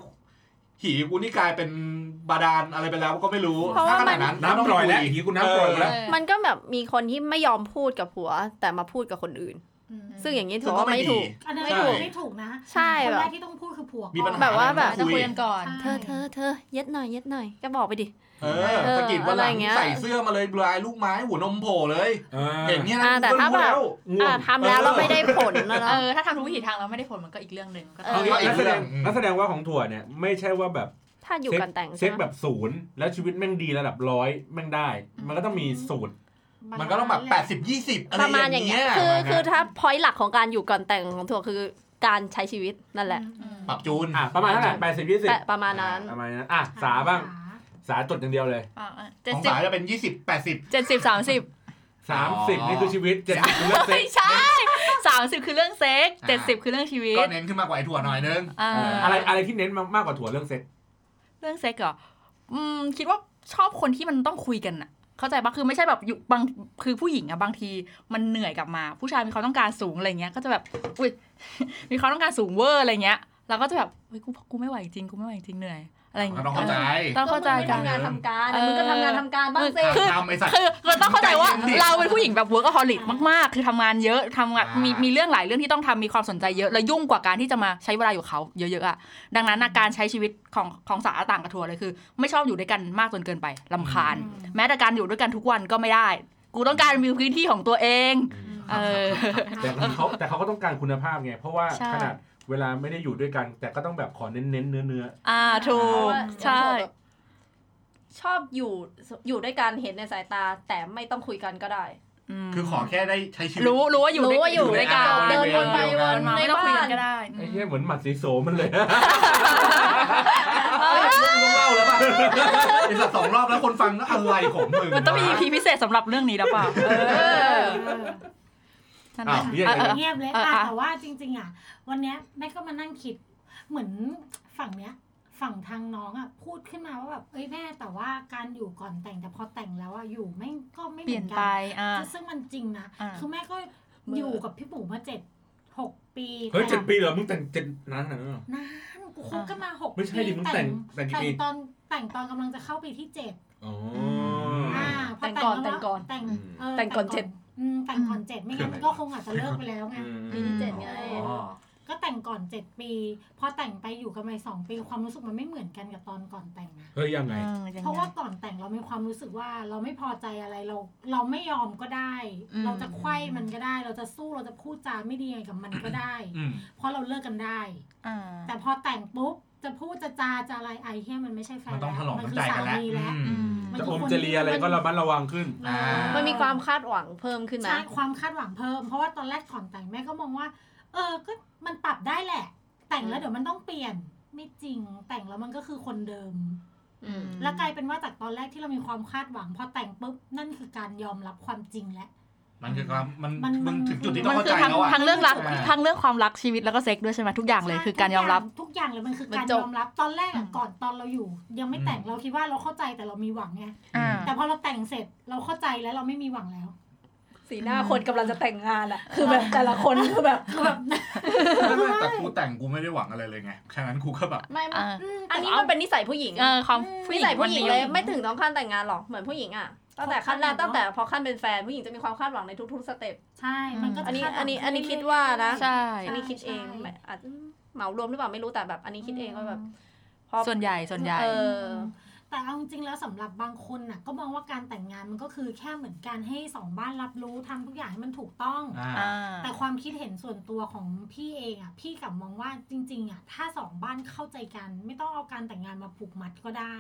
หีกูนี่กลายเป็นบาดาลอะไรไปแล้วก็ไม่รู้
เพราะ
ถ้า
ว่า
ขนาด
มัน
นั้น
น้ำปล่อยแล้ว
ต้ง
หี
คุ
กูน้ำปล่อยหมดแล้ว
เ
มันก็แบบมีคนที่ไม่ยอมพูดกับผัว แต่มาพูดกับคนอื่น
อืม
ซึ่งอย่างนี้ถื
ซึ่
อง
ก็
ว่า
ไม่
ไม่
ดี
ถูก
อันนั้น
ไม่ถูก
ไม่ถูกนะ
ใช่
คน
แบบ
แรกที่ต้องพูดคือผัวก่อน
มีปัญหา
แบบว่าแบบ
อะไร
จะ
ต้อง
คุ
คุ
ย
ย
กันก่อน
เธอเธอเธอเย็ดหน่อยเย็ดหน่อยก็บอกไปดิ
เออสะกิดว่าหลั
อะ
ง
ไรเงี้ย
ใส่เสื้อมาเลยลายลูกไม้หัวนมโผล่เลย เห็นเนี้ย
อ่า
นะ
แต่
ก็
ถ้าแบ
รู้แล้
บ
ว
ง่วง
อ่าทำแล้วแล้วไม่ได้ผลนะ
เอ
เนาะ
อ ถ้าทำทุกวิถีทางแล้วไม่ได้ผลมันก็อีกเรื่องหนึ่งก็
เอ
ต้อ
เอา
ง
งี้
ก็อีก
นักแสดง
เรื่อง
นักแสดงว่าของถั่วเนี่ยไม่ใช่ว่าแบบ
ถ้าอยู่กันแต่ง
เซ็
ใช่
ก
ไหม
แบบศูนย์แล้วชีวิตแม่งดีระดับร้อยแม่งได้ มันก็ต้องมีสูตร
มันก็ต้องแบบ 80 20 อะไร
ประมาณ
อย่
อา
ย่าง ง
เงี้
เงี้
ย
ย
คือคือถ้าพอยหลักของการอยู่ก่อนแต่งของถั่วคือการใช้ชีวิตนั่นแหละ
ปรับจูน
อ่ะประมาณเท่าไหร่แปดสิบยี่สิบ
แต่ประมาณนั้น
ประมาณนั้นอ่ะสาบ้างสาจดอย่างเดียวเลย
เจ็ด
ของ
สิบ
สายจะเป็น 20 80
เจ็ดสิบสามสิบ
สามสิบนี่คือชีวิตเจ็ดสิบเลือกเซ็ก
ไม่ใช่ สามสิบคือเรื่องเซ็ก
อ่า
เจ็ดสิบคือเรื่องชีวิ
ก็
ต
เน้นขึ้นมากกว่าไอ้ถั่วหน่อยนึง
อ่า
อะไรอะไรที่เน้นมามากกว่าถั่วเรื่องเซ็ก
เรื่องเซ็กเหรออืมคิดว่าชอบคนที่มันต้องคุยกันอะเข้าใจปะคือไม่ใช่แบบอยู่บางคือผู้หญิงอะบางทีมันเหนื่อยกลับมา ผู้ชายมีความต้องการสูงอะไรเงี้ย ก็จะแบบอุ้ย มีความต้องการสูงเวอร์อะไรเงี้ยเราก็จะแบบเฮ้ยกูกูไม่ไหวจริงกูไม่ไหวจริงเหนื่อยอะไร
ก็
เงี้ย
ต้องเข้าใจ
ต้องเข้าใจกัน
มึงทำงานทำการ
เออ
มึงก็ทำงานทำการบ้างสิ
คือ
ทำไอ้สัตว์
คือเราต้องเข้าใจว่า
ใจเย็นดิ
เราเป็นผู้หญิงแบบ workaholic มาก ๆ คือทำงานเยอะทำงาน
อ่ามี
มีมีเรื่องหลายเรื่องที่ต้องทำมีความสนใจเยอะ และยุ่งกว่าการที่จะมาใช้เวลาอยู่กับเขาเยอะ ๆอ่ะดังนั้นน่ะการใช้ชีวิตของของสาต่างกับทัวร์เลยคือ ไม่ชอบอยู่ด้วยกันมากจนเกินไปลำคาญ แม้แต่การอยู่ด้วยกันทุกวันก็ไม่ได้ กูต้องการมีพื้นที่ของตัวเองเออ
แต่เขาแต่เขาก็ต้องการคุณภาพไง เพราะว่า
ใช่
ขนาดเวลาไม่ได้อยู่ด้วยกัน แต่ก็ต้องแบบขอเน้นเน้นๆเนื้อเนื้อ
อ่าถูกใช่
ชอบอยู่อยู่ด้วยกันเห็นในสายตา แต่ไม่ต้องคุยกันก็ได้
คือขอแค่ได้ใช้ชีวิต
รู้รู้ว่าอยู่
รู้ว่าอยู่
ด้
ด้
ว
วย ย
กั
กัน น
เดินวนไปวนมา
ไม่ต้องคุยกันก็ได้
ไอ้เหี้ยเหมือนหมัดสีโสมันเลย
เอ้ยเรื่องต้องเล่าแล้วป่ะไอ้สัตว์สองรอบแล้วคนฟังก็อะไรของมึง
มันต้องมี
วะ
EP พิเศษสำหรับเรื่องนี้แล้วเปล่าเออนั่นแหละ
อ้าวเหี้ย
เออเออ
เงียบเลย
เออ
ค่ะ
อ่ะ
แต่ว่าจริง ๆ อ่ะ วันเนี้ยแม่ก็มานั่งคิด เหมือนฝั่งเนี้ย ฝั่งทางน้องอ่ะพูดขึ้นมาว่าแบบเอ้ยแม่แต่ว่าการอยู่ก่อนแต่งแต่พอแต่งแล้วอ่ะอยู่ไม่ก็ไม่เห
เปลี่
มื
ยน
อนกั
ไป
น
อ่า
ซึ่งมันจริงนะ
อ่ะ
คือแม่ก็อยู่กับพี่ปู่มาเจ็ดหกปี
เฮ้ยเจ็ด
แต่
ปีเหรอ มึงแต่งเจ็ดนานขนาดนั้นเหรอ
นานกูคบกันมาหก
ไม่ใช่ดิมึงแต่งแต่งกี่ปี
ตอนแต่งตอนกำลังจะเข้าปีที่เจ็ด
อ๋อ
อ่าพอ
แต่งก่อน
แต่งเ
แต่งก่อนเจ็ด
อืมแต่งก่อนเจ็ดไม่งั้น
คืออะไร
ก็คงอาจจะเลิกไปแล้วไง
ปีที่เจ็ดไง
อ๋อ
ก็แต่งก่อนเจ็ดปี พอแต่งไปอยู่กันไปสองปีความรู้สึกมันไม่เหมือนกันกับตอนก่อนแต่งนะ
เฮ้ยยังไง
เออยัง
เพราะ
ไง
ว่าก่อนแต่งเรามีความรู้สึกว่าเราไม่พอใจอะไรเรา เราไม่ยอมก็ได้
อืม
เราจะไขว้มันก็ได้ เราจะสู้เราจะพูดจาไม่ดีไงกับมันก็ได้
อืม
เพราะเราเลิกกันได้
อ่า
แต่พอแต่งปุ๊บจะพูดจะจาจะอะไรไอ้เฮียมันไม่ใช่แฟน
มันต้องถ
แล้ว
ลอม
มัน
น้ำ
คื
ใจ
อ
กัน
สา
แล้ว
มีแล้ว
อืม
มัน
จะอมจะเลียอะไรก็ระมัดระวังขึ้น
อ่า
มันมีความคาดหวังเพิ่มขึ้นนะ
ใช่ความคาดหวังเพิ่ม เพราะว่าตอนแรกก่อนแต่งแม่ก็มองว่า เออก็มันปรับได้แหละ แต่งแล้วเดี๋ยวมันต้องเปลี่ยนไม่จริง แต่งแล้วมันก็คือคนเดิม
อืม
แล้วกลายเป็นว่าจากตอนแรกที่เรามีความคาดหวังพอแต่งปุ๊บนั่นคือการยอมรับความจริงแล้ว
มันคือความมัน
มัน
มึงถึงจุดที่ต้
มั
องเข้า
นคือ
ใจ
ทั้ง
แล้วอ่ะ
ทั้งเรื่องรัก
อ่า
ทั้งเรื่องความรักชีวิตแล้วก็เซ็กด้วยใช่ไหมทุกอย่างเลยคือการยอมรับ
ทุกอย่างเลยมันคือ
มัน
การ
จ
ย
บ
อมรับตอนแรกอะ
อืม
ก่อนตอนเราอยู่ ยังไม่แต่งเราคิดว่าเราเข้าใจแต่เรามีหวังไง
อ่า
แต่พอเราแต่งเสร็จเราเข้าใจแล้วเราไม่มีหวังแล้ว
สีหน้าคนกำลังจะแต่งงานอะคือแบบแต่ละคนคือแบบ
คือแบบ
ไม่ไม่แต่กูแต่งกูไม่ได้หวังอะไรเลยไงฉะนั้นกูก็แบบ
ไม่
อ่า
อืมอันนี้มันเป็นนิสัยผู้หญิง
เออความ
อืม
ผู้ห
นิ
ญิง
สัย
วั
ผู้
น
หญิง
นี้
เลย ไม่ถึงต้องขั้นแต่งงานหรอกเหมือนผู้หญิงอะตั้งแต่ขั้นแรกตั้งแต่พอขั้นเป็นแฟนผู้หญิงจะมีความคาดหวังในทุกๆสเต็ป
ใช่มันก็จะ
อันนี้
คาดหวัง
อันนี้
ขึ้
อันนี้
เรื่ยๆ
คิดว่านะ
ใช่
อันนี้คิดเอง
ใช่
อาจจะเหมารวมหรือเปล่าไม่รู้แต่แบบ อันนี้คิดเองว่าแบบพอ
ส่วนใหญ่ส่วนใหญ่
เออ
แต่เอาจริงๆแล้วสำหรับบางคนน่ะก็มองว่าการแต่งงานมันก็คือแค่เหมือนการให้สองบ้านรับรู้ทำทุกอย่างให้มันถูกต้อง
อ่า
อ่า
แต่ความคิดเห็นส่วนตัวของพี่เองอ่ะพี่กลับมองว่าจริง ๆอ่ะถ้าสองบ้านเข้าใจกัน ไม่ต้องเอาการแต่งงานมาผูกมัดก็ได้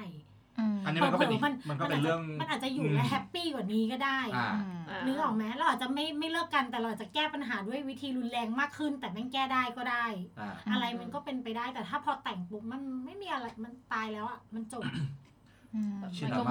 อืม
อันนี้มันก็เป็นอีก
ผลอๆ
มันก็เป็นเรื่อง
มันอาจจะอยู่และแฮปปี้กว่านี้ก็ได้
อ่า
อืม
อ่า
นึกออกไหมเราอาจจะไม่ไม่เลิกกันแต่เราอาจจะแก้ปัญหาด้วยวิธีรุนแรงมากขึ้น แต่แม่งแก้ได้ก็ได้
อ่า
อะไรมันก็เป็นไปได้แต่ถ้าพอแต่งปุ๊บมันไม่มีอะไรมันตายแล้วอ่ะมันจบ
อืม
ชิ
มันน
ดรา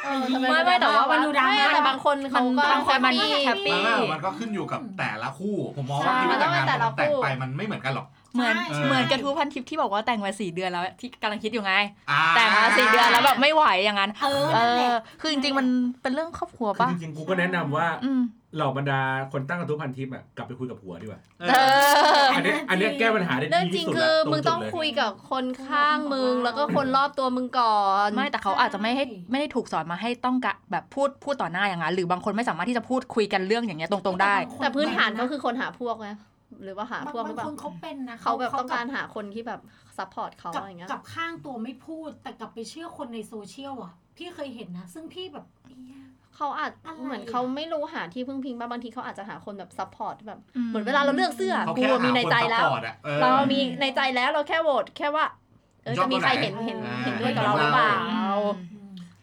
ก็
ม่า
พูด
ใช่ไหม
ยากเออทำ
ไม่ไม่แต่ว่ามันดูดราม่า
ไแต่บางคนเขาก็
บางคนมัน
แฮปปี้
มันก็มันก็ขึ้นอยู่กับแต่ละคู่ผมมองว่า
ใช่
ที่มันแต่งงาน
มันต้องแต่ละ
แต่ง
คู่
ไปมันไม่เหมือนกันหรอก
เหมือน
ใช่
เหมือนกระทู้พันทิปที่บอกว่าแต่งมาสี่เดือนแล้วที่กำลังคิดอยู่ไง
อ่า
แต่งมาสี่เดือนแล้วแบบไม่ไหวอย่างนั้น
เออ
เอ
นั่นแห
อ
ละ
คือจริงๆมันเป็นเรื่องครอบครัว
คือ
ป่ะ
จริงๆ กูก็แนะนำว่า
อืม
เหล่าบรรดาคนตั้งกระทู้พันทิปอะกลับไปคุยกับผัวดีกว่า
เอ
เอ
อ
อ
อันเนี้ยอันเนี้ยแก้ปัญหาได้
เรื่อง
ดี
จริ
ที่
ง
สุด
คือ
แล้ว
มึงต้อง
จุดเลย
คุยกับคนข้างมึงแล้วก็คนรอบตัวมึงก่อน
ไม่แต่เขาอาจจะไม่ให้ไม่ได้ถูกสอนมาให้ต้องกะแบบพูดพูดต่อหน้าอย่างนั้นหรือบางคนไม่สามารถที่จะพูดคุยกันเรื่องอย่างเงี้ยตรงๆได้
แต่พื้นฐานเขาคือคนหาพวกไงหรือว่าหา
บาง
พวกหรือเป
บาง
ล่า
คนเขาเป็นนะ
เขาแบบต้องการหาคนที่แบบซัพพอร์ตเขา
กับ
อะไรเงี้ย
กับข้างตัวไม่พูด แต่กลับไปเชื่อคนในโซเชียลอ่ะ พี่เคยเห็นนะ ซึ่งพี่แบบเหี้ย
เขาอาจ
อะไร
เหมือน
อะ
เขาไม่รู้หาที่พึ่งพิงบ้างบางทีเขาอาจจะหาคนแบบซัพพอร์ตแบบ
อืม
เหมือนเวลาเราเลือกเสื้อ
เขา
กู
แค่
มีในใจแล้ว
หาคนซัพพอร์ตอะเออ
เรามีในใจแล้วเราแค่โหวตแค่ว่าเออ
ชอบ
จะมีใคร
ตัวไหน
เห็นเห็น
อ่า
เห็นด้วยกับเราหรือเปล่า
อืม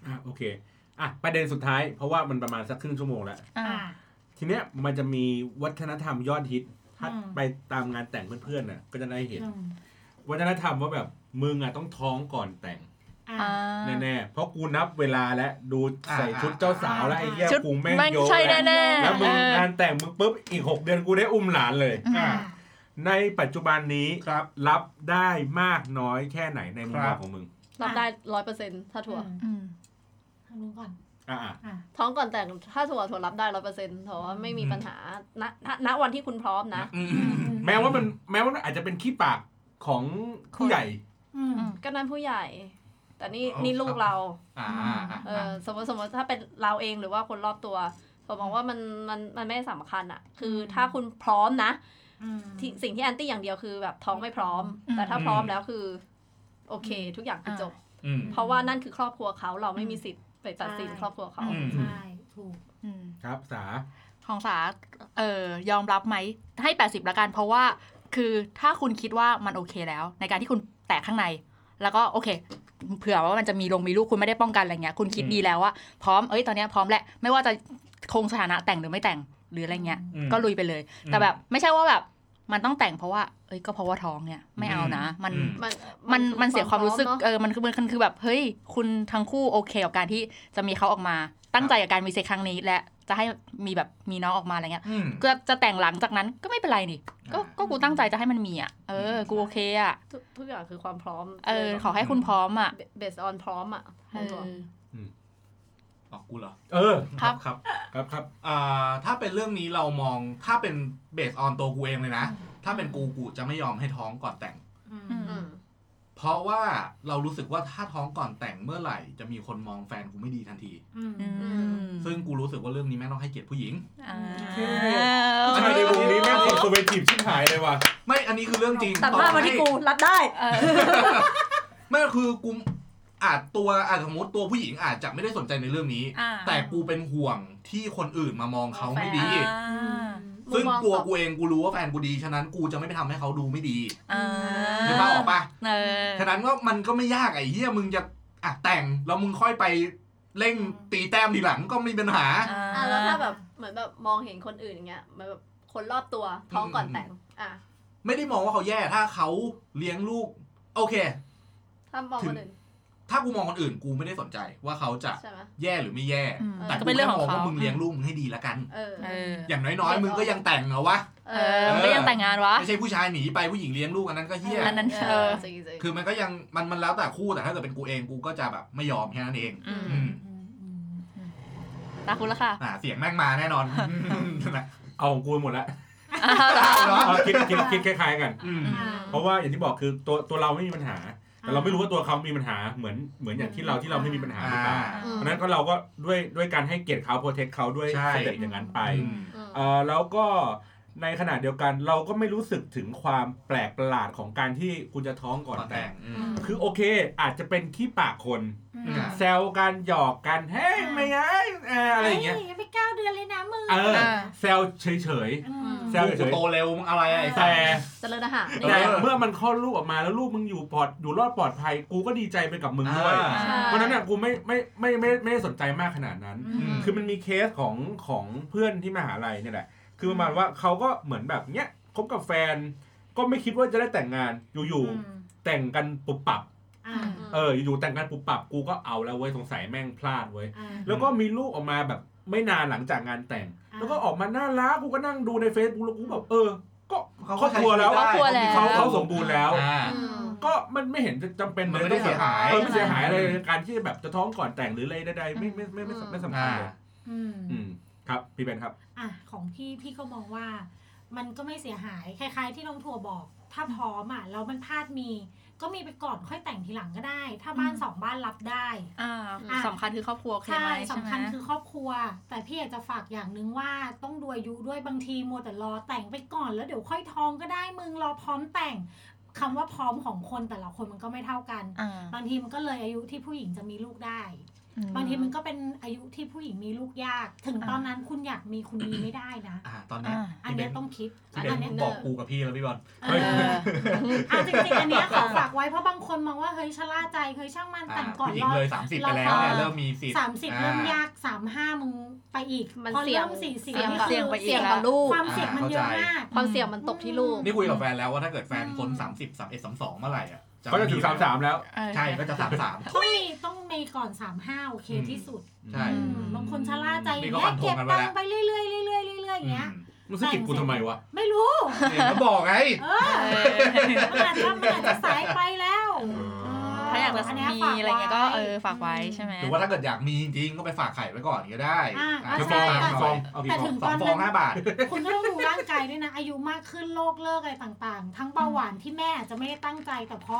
อ่ะโอเคอ่ะประเด็นสุดท้ายเพราะว่ามันประมาณสักครึ่งชั่วโมงแล้ว
อ่า
อ่า
ทีเนี้ยมันจะมีวัฒนธรรมยอดฮิตถ้า
อืม
ไปตามงานแต่งเพื่อนๆน่ะก็จะได้เห็น
อืม
วัฒนธรรมว่าแบบมึงอ่ะต้องท้องก่อนแต่ง
อ่ะ
อ่า
แน่ๆเพราะกูนับเวลาแล้วดูใส่ชุดเจ้าสาวแล้วไอ้เหี้ย
ชุด
กูแม่ง
แม่ง
โยน
ใช่
แล้ว
แน่ๆ
แล้วมึง
เออ
งานแต่งมึงปุ๊บอีก 6 เดือนกูได้อุ้มหลานเลย
อ่า
ในปัจจุบันนี้
ครับ
รับได้มากน้อยแค่ไหนในมุมม
ครั
อง
บ
ของมึง
รับได้ร้อยเปอร์เซ็นต์ถ้าถั่ว
อืม
อืม
ทางนู้นก่อน
อ่า
อ่ะ
ท้องก่อนแต่งถ้าถั่วถั่วรับได้ร้อยเปอร์เซ็นต์ถั่วว่าไม่มีปัญหาณณณวันที่คุณพร้อมนะ
อืมแม้ว่ามันแม้ว่ามันอาจจะเป็นขี้ปากของผู้ใหญ่
อืม
ก็นั่นผู้ใหญ่ แต่นี่
อ๋อ
นี่ลูกเรา
อ่าอ่า
เออสมมติสมมติถ้าเป็นเราเองหรือว่าคนรอบตัวผมมองว่ามันมันมันไม่สำคัญอะคืออ
ม
ถ้าคุณพร้อมนะ
อืม
ที่สิ่งที่แอนตี้อย่างเดียวคือแบบท้องไม่พร้อม
อืม
แต่ถ้าพร้อมแล้วคือ โอเค ทุกอย่างคือจบ
อืม
เพราะว่านั่นคือครอบครัวเขาเราไม่มีสิทธิ์ไปตัดสิน
ใช่
ครอบครัวเขา
อืม
ใช่ถูก
อืม
ครับสา
ของสาเอ่อยอมรับไหม ให้ 80ละกัน เพราะว่า คือถ้าคุณคิดว่ามันโอเคแล้ว ในการที่คุณแตกข้างใน แล้วก็โอเค เผื่อว่ามันจะมีลงมีลูกคุณไม่ได้ป้องกันอะไรเงี้ย คุณคิด
อืม
ดีแล้วว่าพร้อม เอ้ย ตอนเนี้ยพร้อมแหละ ไม่ว่าจะคงสถานะแต่งหรือไม่แต่ง หรืออะไรเงี้ย
อืม
ก็ลุยไปเลย แต่แบบไม่ใช่ว่าแบบมันต้องแต่งเพราะว่า เอ้ย ก็เพราะว่าท้องเนี่ย ไม่เอานะ มัน
อืม
มัน
มันมันเสียความรู้สึก
พอเนอะ
เออมันคือมันคือแบบเฮ้ย คุณทั้งคู่โอเคกับการที่จะมีเขาออกมา ตั้งใจกับการมีเซ็กครั้งนี้ และจะให้มีแบบมีน้องออกมาอะไรเงี้ย
อืม
ก็จะแต่งหลังจากนั้นก็ไม่เป็นไรนี่ก็
อ่า
ก็กูตั้งใจจะให้มันมีอ่ะเออ กูโอเคอ่ะ
ทุกทุกอย่างคือความพร้อม
เออ ขอให้คุณพร้อมอ่ะ
เบสออนพร้อมอะข
เอ
องตัว
อ
อ๋อกูเหรอ
เออ
ครับ
ครับ
ครับครับ
อ่าถ้าเป็นเรื่องนี้เรามองถ้าเป็นเบสออนตัวกูเองเลยนะ ถ้าเป็นกูกูจะไม่ยอมให้ท้องก่อนแต่ง
อืม
อืม
เพราะว่าเรารู้สึกว่าถ้าท้องก่อนแต่งเมื่อไหร่ จะมีคนมองแฟนกูไม่ดีทันที
อืม
อืม
ซึ่งกูรู้สึกว่าเรื่องนี้แม่งต้องให้เกียรติผู้หญิง
อ่า
เท่
ผู้ชายในวงนี้แม่งคอนเซอร์เวทีฟชิบหายเลยว่ะ
ไม่อันนี้คือเรื่องจริง
ตัดภาพมาที่กูรับได้
เออ
ไม่คือกูอาจตัวอาจสมมติตัวผู้หญิงอาจจะไม่ได้สนใจในเรื่องนี้
อ่า
แต่กูเป็นห่วงที่คนอื่นมามองเขาไม่ดี
อ่า
ซึ่ง
มุมมอง
ตัว
ต่อ
กูเองกูรู้ว่าแฟนกูดีฉะนั้นกูจะไม่ไปทำให้เขาดูไม่ดี
อ่า
นึกภาพออกปะ
เออ
ฉะนั้นก็มันก็ไม่ยากไอ้เหี้ยมึงจะอ่ะแต่งแล้วมึงค่อยไปเร่งตีแต้มทีหลังก็ไม่มีปัญหา
อ่ะแล้วถ้าแบบเหมือนแบบมองเห็นคนอื่นอย่างเงี้ยเหมือนแบบคนรอบตัวท้องก่อนแต่งอ่ะ
ไม่ได้มองว่าเขาแย่ถ้าเขาเลี้ยงลูก โอเค
ถ้ามองคนอื่น
ถ้ากูมองคนอื่นกูไม่ได้สนใจว่าเขาจะ
ใช่ไหม
แย่หรือไม่แย่
อืม
แต่
ก็
กู
เป็นเรื่
แค่
องข
มองง
อเขา
ว่ามึงเลี้ยงลูกมึงให้ดีละกัน
เออ
เออ
อย่างน้อยๆ มึงก็ยังแต่งเหรอวะ
เอ
เออมันก็ยังแต่งงานวะ
ไม่ใช่ผู้ชายหนีไปผู้หญิงเลี้ยงลูกอันนั้นก็เหี้ย
อันนั้น เออ
จริงๆ
คือมันก็ยังมันมันแล้วแต่คู่แต่ถ้าเกิดเป็นกูเองกูก็จะแบบไม่ยอมแค่นั้นเอง
อืม
อืม
อืมอืม
ตาคุณละค่ะ
อ่ะเสียงแม่งมาแน่นอน
เอาของกูไปหมดแล้ว
อ่าตา
เอาคิดคิดคิดคล้ายๆกัน
อืม
อ่า
เพราะว่าอย่างที่บอกคือตัวตัวเราไม่มีปัญหา แต่เราไม่รู้ว่าตัวเขามีปัญหาเหมือนเหมือนอย่างที่เราที่เราไม่มีปัญหาหรือเปล่า
อืม
เพราะฉะนั้นก็เราก็ด้วยด้วยการให้เกียรติเขาโปรเทคเขาด้วย
ใช่
สเต็ปอย่างนั้นไป
อืม
อืม
เออแล้วก็ในขณะเดียวกันเราก็ไม่รู้สึกถึงความแปลกประหลาดของการที่คุณจะท้องก่อนแต่ง
อืม
คือโอเคอาจจะเป็นขี้ปากคน
อืม
แซวกันหยอกกันเฮ้ยไม่ไงเอ่ออะไรอย่างเงี้ย
ฮ้ไม่เก้าเดือนเลยนะมึง
เออ
อ่า
แซวเฉย
ม
แซว
กูโตเร็วมึงอะไรอะไอ้
ๆ
สั
แต่
ส
เจริญอาหาร
เออ
แต่เมื่อมันคลอดลูกออกมาแล้วลูกมึงอยู่ปลอดอยู่รอดปลอดภัย กูก็ดีใจไปกับมึงด้วย
อ่า
เพราะฉะนั้นเนี่ยกูไม่ไม่ไม่ไม่ไม่ได้สนใจมากขนาดนั้น
อืม
คือมันมีเคสของของเพื่อนที่มหาลัยเนี่ยแหละ คือประมาณว่าเขาก็เหมือนแบบเนี้ยคบกับแฟน ก็ไม่คิดว่าจะได้แต่งงานอยู่
อืม
ๆแต่งกันปุบปับ
อ่า
เอออยู่ๆแต่งกันปุบปับ กูก็เอาแล้วเว้ยสงสัยแม่งพลาดเว้ย
อ่า
แล้วก็มีลูกออกมาแบบไม่นานหลังจากงานแต่ง
อ่า
แล้วก็ออกมาน่ารักกูก็นั่งดูในเฟซบุ๊กแล้วกูแบบเออ ก็
เขา
ค
ก็
รอบครัวแล้ว
ใช้ชีวิตได้
เขาเขาสมบูรณ์แล้ว
อ่า
อืม
ก็มันไม่เห็นจะจำเป็น
มัน
เล
ไม่
ย
ได้
ต้องเสียหาย
เสียหาย
เออ
อื
ไม่เสียหายอะไร
ม
ในการที่แบบจะท้องก่อนแต่งหรืออะไรใดๆไม่ไม่ไม่ไม่ไม่ไม่สำคัญ
อ่า
เลย
อืม
อืมครับพี่เบนครับ
อ่ะของพี่พี่ก็มองว่า มันก็ไม่เสียหายคล้าย ๆ ที่น้องถั่วบอก ถ้าพร้อมอ่ะแล้วมันพลาดมี ก็มีไปก่อนค่อยแต่งทีหลังก็ได้ ถ้าบ้าน
อืม
สองบ้านรับได้
อ่า
อ่า
สำคัญคือครอบครัวโอเค
ใช่
ไหมใช่
สำ
ไหม
คัญคือครอบครัว แต่พี่อยากจะฝากอย่างหนึ่งว่าต้องดูอายุด้วยบางทีมัวแต่รอแต่งไปก่อนแล้วเดี๋ยวค่อยท้องก็ได้มึงรอพร้อมแต่งคำว่าพร้อมของคนแต่ละคนมันก็ไม่เท่ากัน
อ่า
บางทีมันก็เลยอายุที่ผู้หญิงจะมีลูกได้
อืม
บางทีมันก็เป็นอายุที่ผู้หญิงมีลูกยาก ถึง
อ่า
ตอนนั้นคุณอยากมีคุณมีไม่ได้นะ
อ่าตอนเนี้ย
อ่า
อันเนี้ยต้องคิด
พี่เบน
เนี้ย
บอกกูกับพี่แล้วพี่บอล
เอ
เฮ้ย
ออ่ะจริงๆอันเนี้ยขอฝากไว้เพราะบางคนมองว่าเฮ้ยชะล่าใจเฮ้ยช่างมัน
อ่า
แต่งก่อนรง
ผู้หญิ
อด
เลย 30 ไปแล้วเนี่ยเริ่มมีสิทธิ์
สามสิบ
อ่
เริ่มยากสามห้ามึงไปอีก
มัน
พอ
เสี่ยง
ริ่มสี่สิบ
เสี่ยง
นี่
กับ
คือ
เสี่ยงไปอีก
เสี่ยงกับลูก
ความเสี่ยงมันเยอะ
เข้าใจ
มาก
ความเสี่ยงมันตกที่ลูก
นี่คุยกับแฟนแล้วว่าถ้าเกิดแฟน
อืม
พ้น30 31 32เมื่อไหร่อ่ะ ำ
ก็จะถึงสามสามแล้ว
เออ
ใช่ก็จะสามสาม
ต้องมีต้องมีก่อนสามห้าโอเค
อืม
ที่สุด
ใช่
อืมบางคนชะล่าใจอย่าง
นี่ก็ฟั
เงี้ย
นธง
เก็บ
กันไป
ตั
แล้
ง
ว
ค์ไปเรื่อยๆเรื่อยๆเรื่อยๆอย่างเงี้ย
มึงสะกิดกูทำไมวะ
ไม่รู้
เองก็บอกไง
เออมันอาจจะมันอาจจะสายไปแล้วเ
ถ้าอยากจะมี
ฝาก
อะไรเงี้ยก็เออฝากไว้ใช่ไหม
หรือว่าถ้าเกิดอยากมีจริงๆก็ไปฝากไข่ไว้ก่อนก็ได้
อ่า
อ่ะ
กี่
ก็ใช่
ฟอง
จะ
อ่ะ
ฝากไว้ก่อง น
กี่ฟอเอา
แต่
กี่ฟอ
ถึ
ง
ง
ส
ต
อ
อง น
ฟอ
นั้
ง
น
ห้าบาท
คุณก็ต้องดูร่างกายด้วยนะ อายุมากขึ้นโรคเลิกอะไรต่างๆ ทั้งเบาหวานที่แม่อาจจะไม่ได้ตั้งใจแต่พอ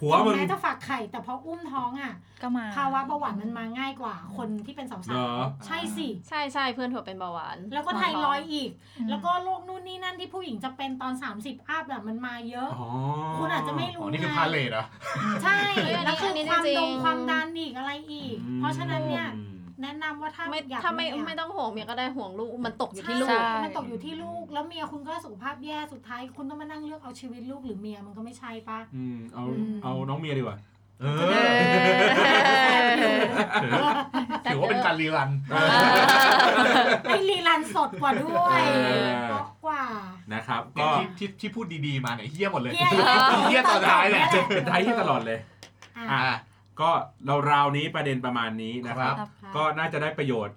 หัวมึง
แม่จะฝากไข่แต่พออุ้มท้องอ่ะ
ก็มา
ภาวะเบาหวานมันมาง่ายกว่าคนที่เป็นสา
เหร
ว
อ
ๆใช่สิ
ใช่ใช่เพื่อนถั่วเป็นเบาหวาน
แล้วก็ไทรอยด์อีก
อืม
แล้วก็โรคนู่นนี่นั่นที่ผู้หญิงจะเป็นตอน 30อัพแบบมันมาเยอะ
อ๋อ
คุณอาจจะไม่
อ๋
รู้
อ
ไง
นี่คือพาเลทเหรอ่ะ
ใช่
เฮ้ยอันนี้
แล้วคืออน
นี้
ความ
จริ
ดง
ง
ความดันอีกอะไรอีก
อืม
เพราะฉะนั้นเนี่ยแนะนำว่าถ้า
ไม่
อยาก
ถ้าไม่
เนี่ย
ไม่ต้องห่วงเมียก็ได้ห่วงลูกมันตกอยู่
ใช่
ที่ลูก
ใช่
มันตกอยู่ที่ลูก แล้วเมียคุณก็สุขภาพแย่สุดท้าย คุณต้องมานั่งเลือกเอาชีวิตลูกหรือเมียมันก็ไม่ใช่ปะ
อืมเอา
อืม
เอาน้องเมียดีกว่า
เอ
เอ
อ
อ
ถือว่าเป็นการรีรัน
ไอ้รีรันสดกว่าด้วย
เออ
เพราะกว่า
นะครับ
ก็
ก็
ที่ที่พูดดีๆมาเนี่ยเฮี้ยหมดเลย
เหี้ยเหี้ย
เฮี้ยตอนท้ายแหละ
เป็นไทยที่ตลอดเลย
อ่ะ
อ่ะ
ก็เราราวๆนี้ประเด็นประมาณนี้นะครับ
ครับ
ก็น่าจะได้ประโยชน์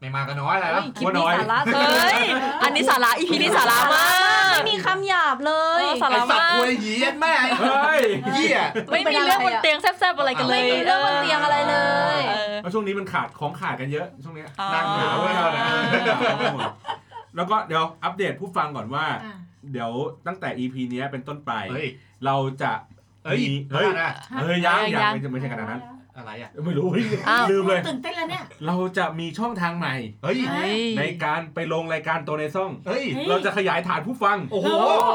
ไม่มากันน้อยอะไรแล้ว
คลิปนี้สาระเฮ้ย อันนี้สาระ อีพีนี้สาระมาก
ไม่มีคำหยาบเล
เฮ้
ย
ยสา
ไอ
ระ
สัต
มาก
ว์ควยเหี้ยแม่ง
เฮ้ย
เหี้ย
ไม่มีเรื่องบนเตียงแซ่บๆอะไรกันเลย
ไม่มีเรื่องบนเตียงอะไรเลย
เออ
แล้วช่วงนี้มันขาดของขาดกันเยอะ ช่วงเนี้ย
อ๋อ
หนักหนาเว้ยเราเนี่ยหนักหนาหมดแล้วก็เดี๋ยวอัปเดตผู้ฟังก่อนว่า
อ่ะ
เดี๋ยวตั้งแต่ EP เนี้ยเป็นต้นไป
เฮ้ย
เราจะ
เฮ้ย
มี
เฮ้ย
เฮ้ย
นะ
เฮ้ยยัง
ยั
ยัง งไม่ใช่ไม่ใช่ขนาดนั้น
อะไรอ่ะ
ไม่รู้เฮ้ย
อ้าว
ลืมเลย
ตื่นเต้นแล้วเนี่ย
เราจะมีช่องทางใหม่
เฮ้ย
เฮ้ย
ในการไปลงรายการตัวในซ่อง
เฮ้ย
เฮ้ย
เราจะขยายฐานผู้ฟัง
โอ้โห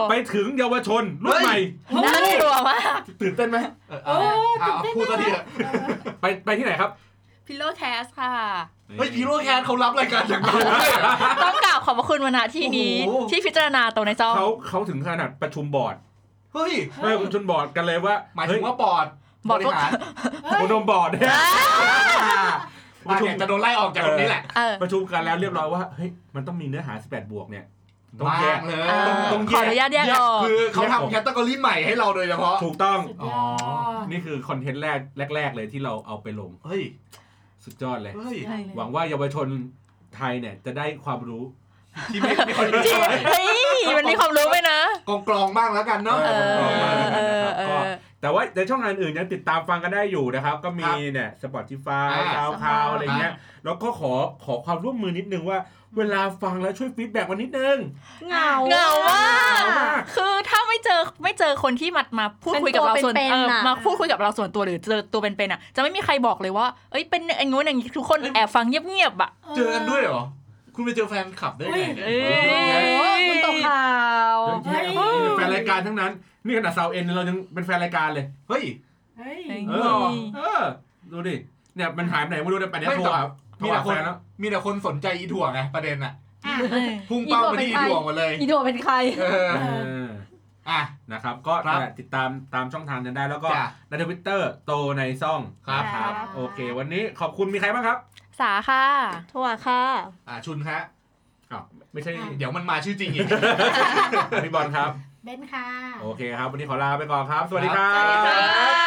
ไปถึงเยาวชนรุ่นใหม่
น่ากลัวมาก
ตื่นเต้นไหม
เออ
เอ
เอา
อ
เอา
ตื่นเต้น
พูดก็ดีอะ
เออ
ไปไปที่ไหนครับ
พิโลแคสค่ะ
เฮ้ยพีโร่แคนเขารับรายการจากเราด้วยอะ
ต้องกล่าวขอบพระคุณวันณะที่นี้
โอ้โห
ที่พิจารณาตัวในจอ
เขาเขาถึงขนาดประชุมบอร์ด
เฮ้ย
เฮ้ย
ไม่ประชุมบอร์ดกันเลยว่า
หมายถึงว่าบอร์ด
บอร์ด
บริ หาร
เฮ้ยอุดมบอร์ดเนี่ย
ว่าเนี่ยจะโดนไล่ออกจากตรงนี้แหละ
เออ
ประชุมกันแล้วเรียบร้อยว่าเฮ้ยมันต้องมีเนื้อหา 18 บวกเนี่ย ต้อง
บ้า
แย
ง
ก
เล
เอย อ
ต้องต้อง
ขออนุญาตแยกออก
คือเขาทำแคตตาล็อใหม่ให้เราโดยเฉพาะ
ถูกต้อง
สุด
อ๋
ย
อ
อด
นี่คือคอนเทนต์แรกแรก ๆ เลยที่เราเอาไปลง
เฮ้ย
สุดยอดเลย
เฮ้ย
หวังว่าเยาวชนไทยเนี่ยจะได้ความรู้
ที่ไม่ไม่ค่อยรู้
จริง
เท่าไหร่
เฮ้ยมันมีความรู้ไหมนะ
กองกลองบ้างแล้วกันเนาะ
เออ
ประมาณนั้น
เอ
นะค
อ
รับ
เออ
ก็แต่ว่าในช่องทางอื่นยังติดตามฟังกันได้อยู่นะครับ ก็
ค
มี
รับ
เนี่ย Spotify
อ่า
ซาวคลาวอะไรเงี้ย
อ่ะ
แล้วก็ขอขอความร่วมมือนิดนึงว่า เวลาฟังแล้วช่วยฟีดแบ็กมานิดนึง
เหงา
เหงามาก
เหงามาก
คือถ้าไม่เจอไม่เจอคนที่มามาพูดคุยกับเราส่วน
เป็นตัวเป็นๆ
เออ
น่ะ
มาพูดคุยกับเราส่วนตัวหรือเจอตัวเป็นๆอ่ะ จะไม่มีใครบอกเลยว่า เอ้ยเป็นอย่างงู้นอย่างนี้ทุกคนแอบฟังเงียบๆอ่ะ
เจอกันด้วยเหรอ คุณไปเจอแฟนคลับได้ไงเนี่ย
เอ้ย
เออ
โอ้ยมันตกข่าว
เยอะแยะนี่เป็นแฟนรายการทั้งนั้น นี่ขนาดซาวเอ็นเรายังเป็นแฟนรายการเลย
เฮ้ย
เฮ้ย
เออเออดูดิเนี่ยมันหายไปไหนไม่รู้เนี่ยปันนี้
ไม่
โทร
แต่
หาโท
มีแต่ค
รหาแฟ
น
นแล้ว
มีแต่คนสนใจอีถั่วไงประเด็นน่ะ
อ่ะ
เออ
พุ่งเป้าไปที่อีถั่วหมดเลย
อีโดเป็นใคร
เออ
เออ
อ่ะ
นะครับ ก็
ครับ
ติดตามตามช่องทางนั้นได้แล้วก็
จ้ะ
ในทวิตเตอร์โตในซ่อง
ครับ
นะครับ
ครับ
โอเค วันนี้ขอบคุณมีใครบ้างครับ
สาค่ะ
ถั่วค่ะ
อ่ะชุนฮะ
อ้าวไม่ใช่
เดี๋ยวมันมาชื่อจริงอีก
พี่บอลครับ
เบนซ์ค่ะ
โอเคครับ วันนี้ขอลาไปก่อนครับ สวัสดีครั
สวัสดีครับ บ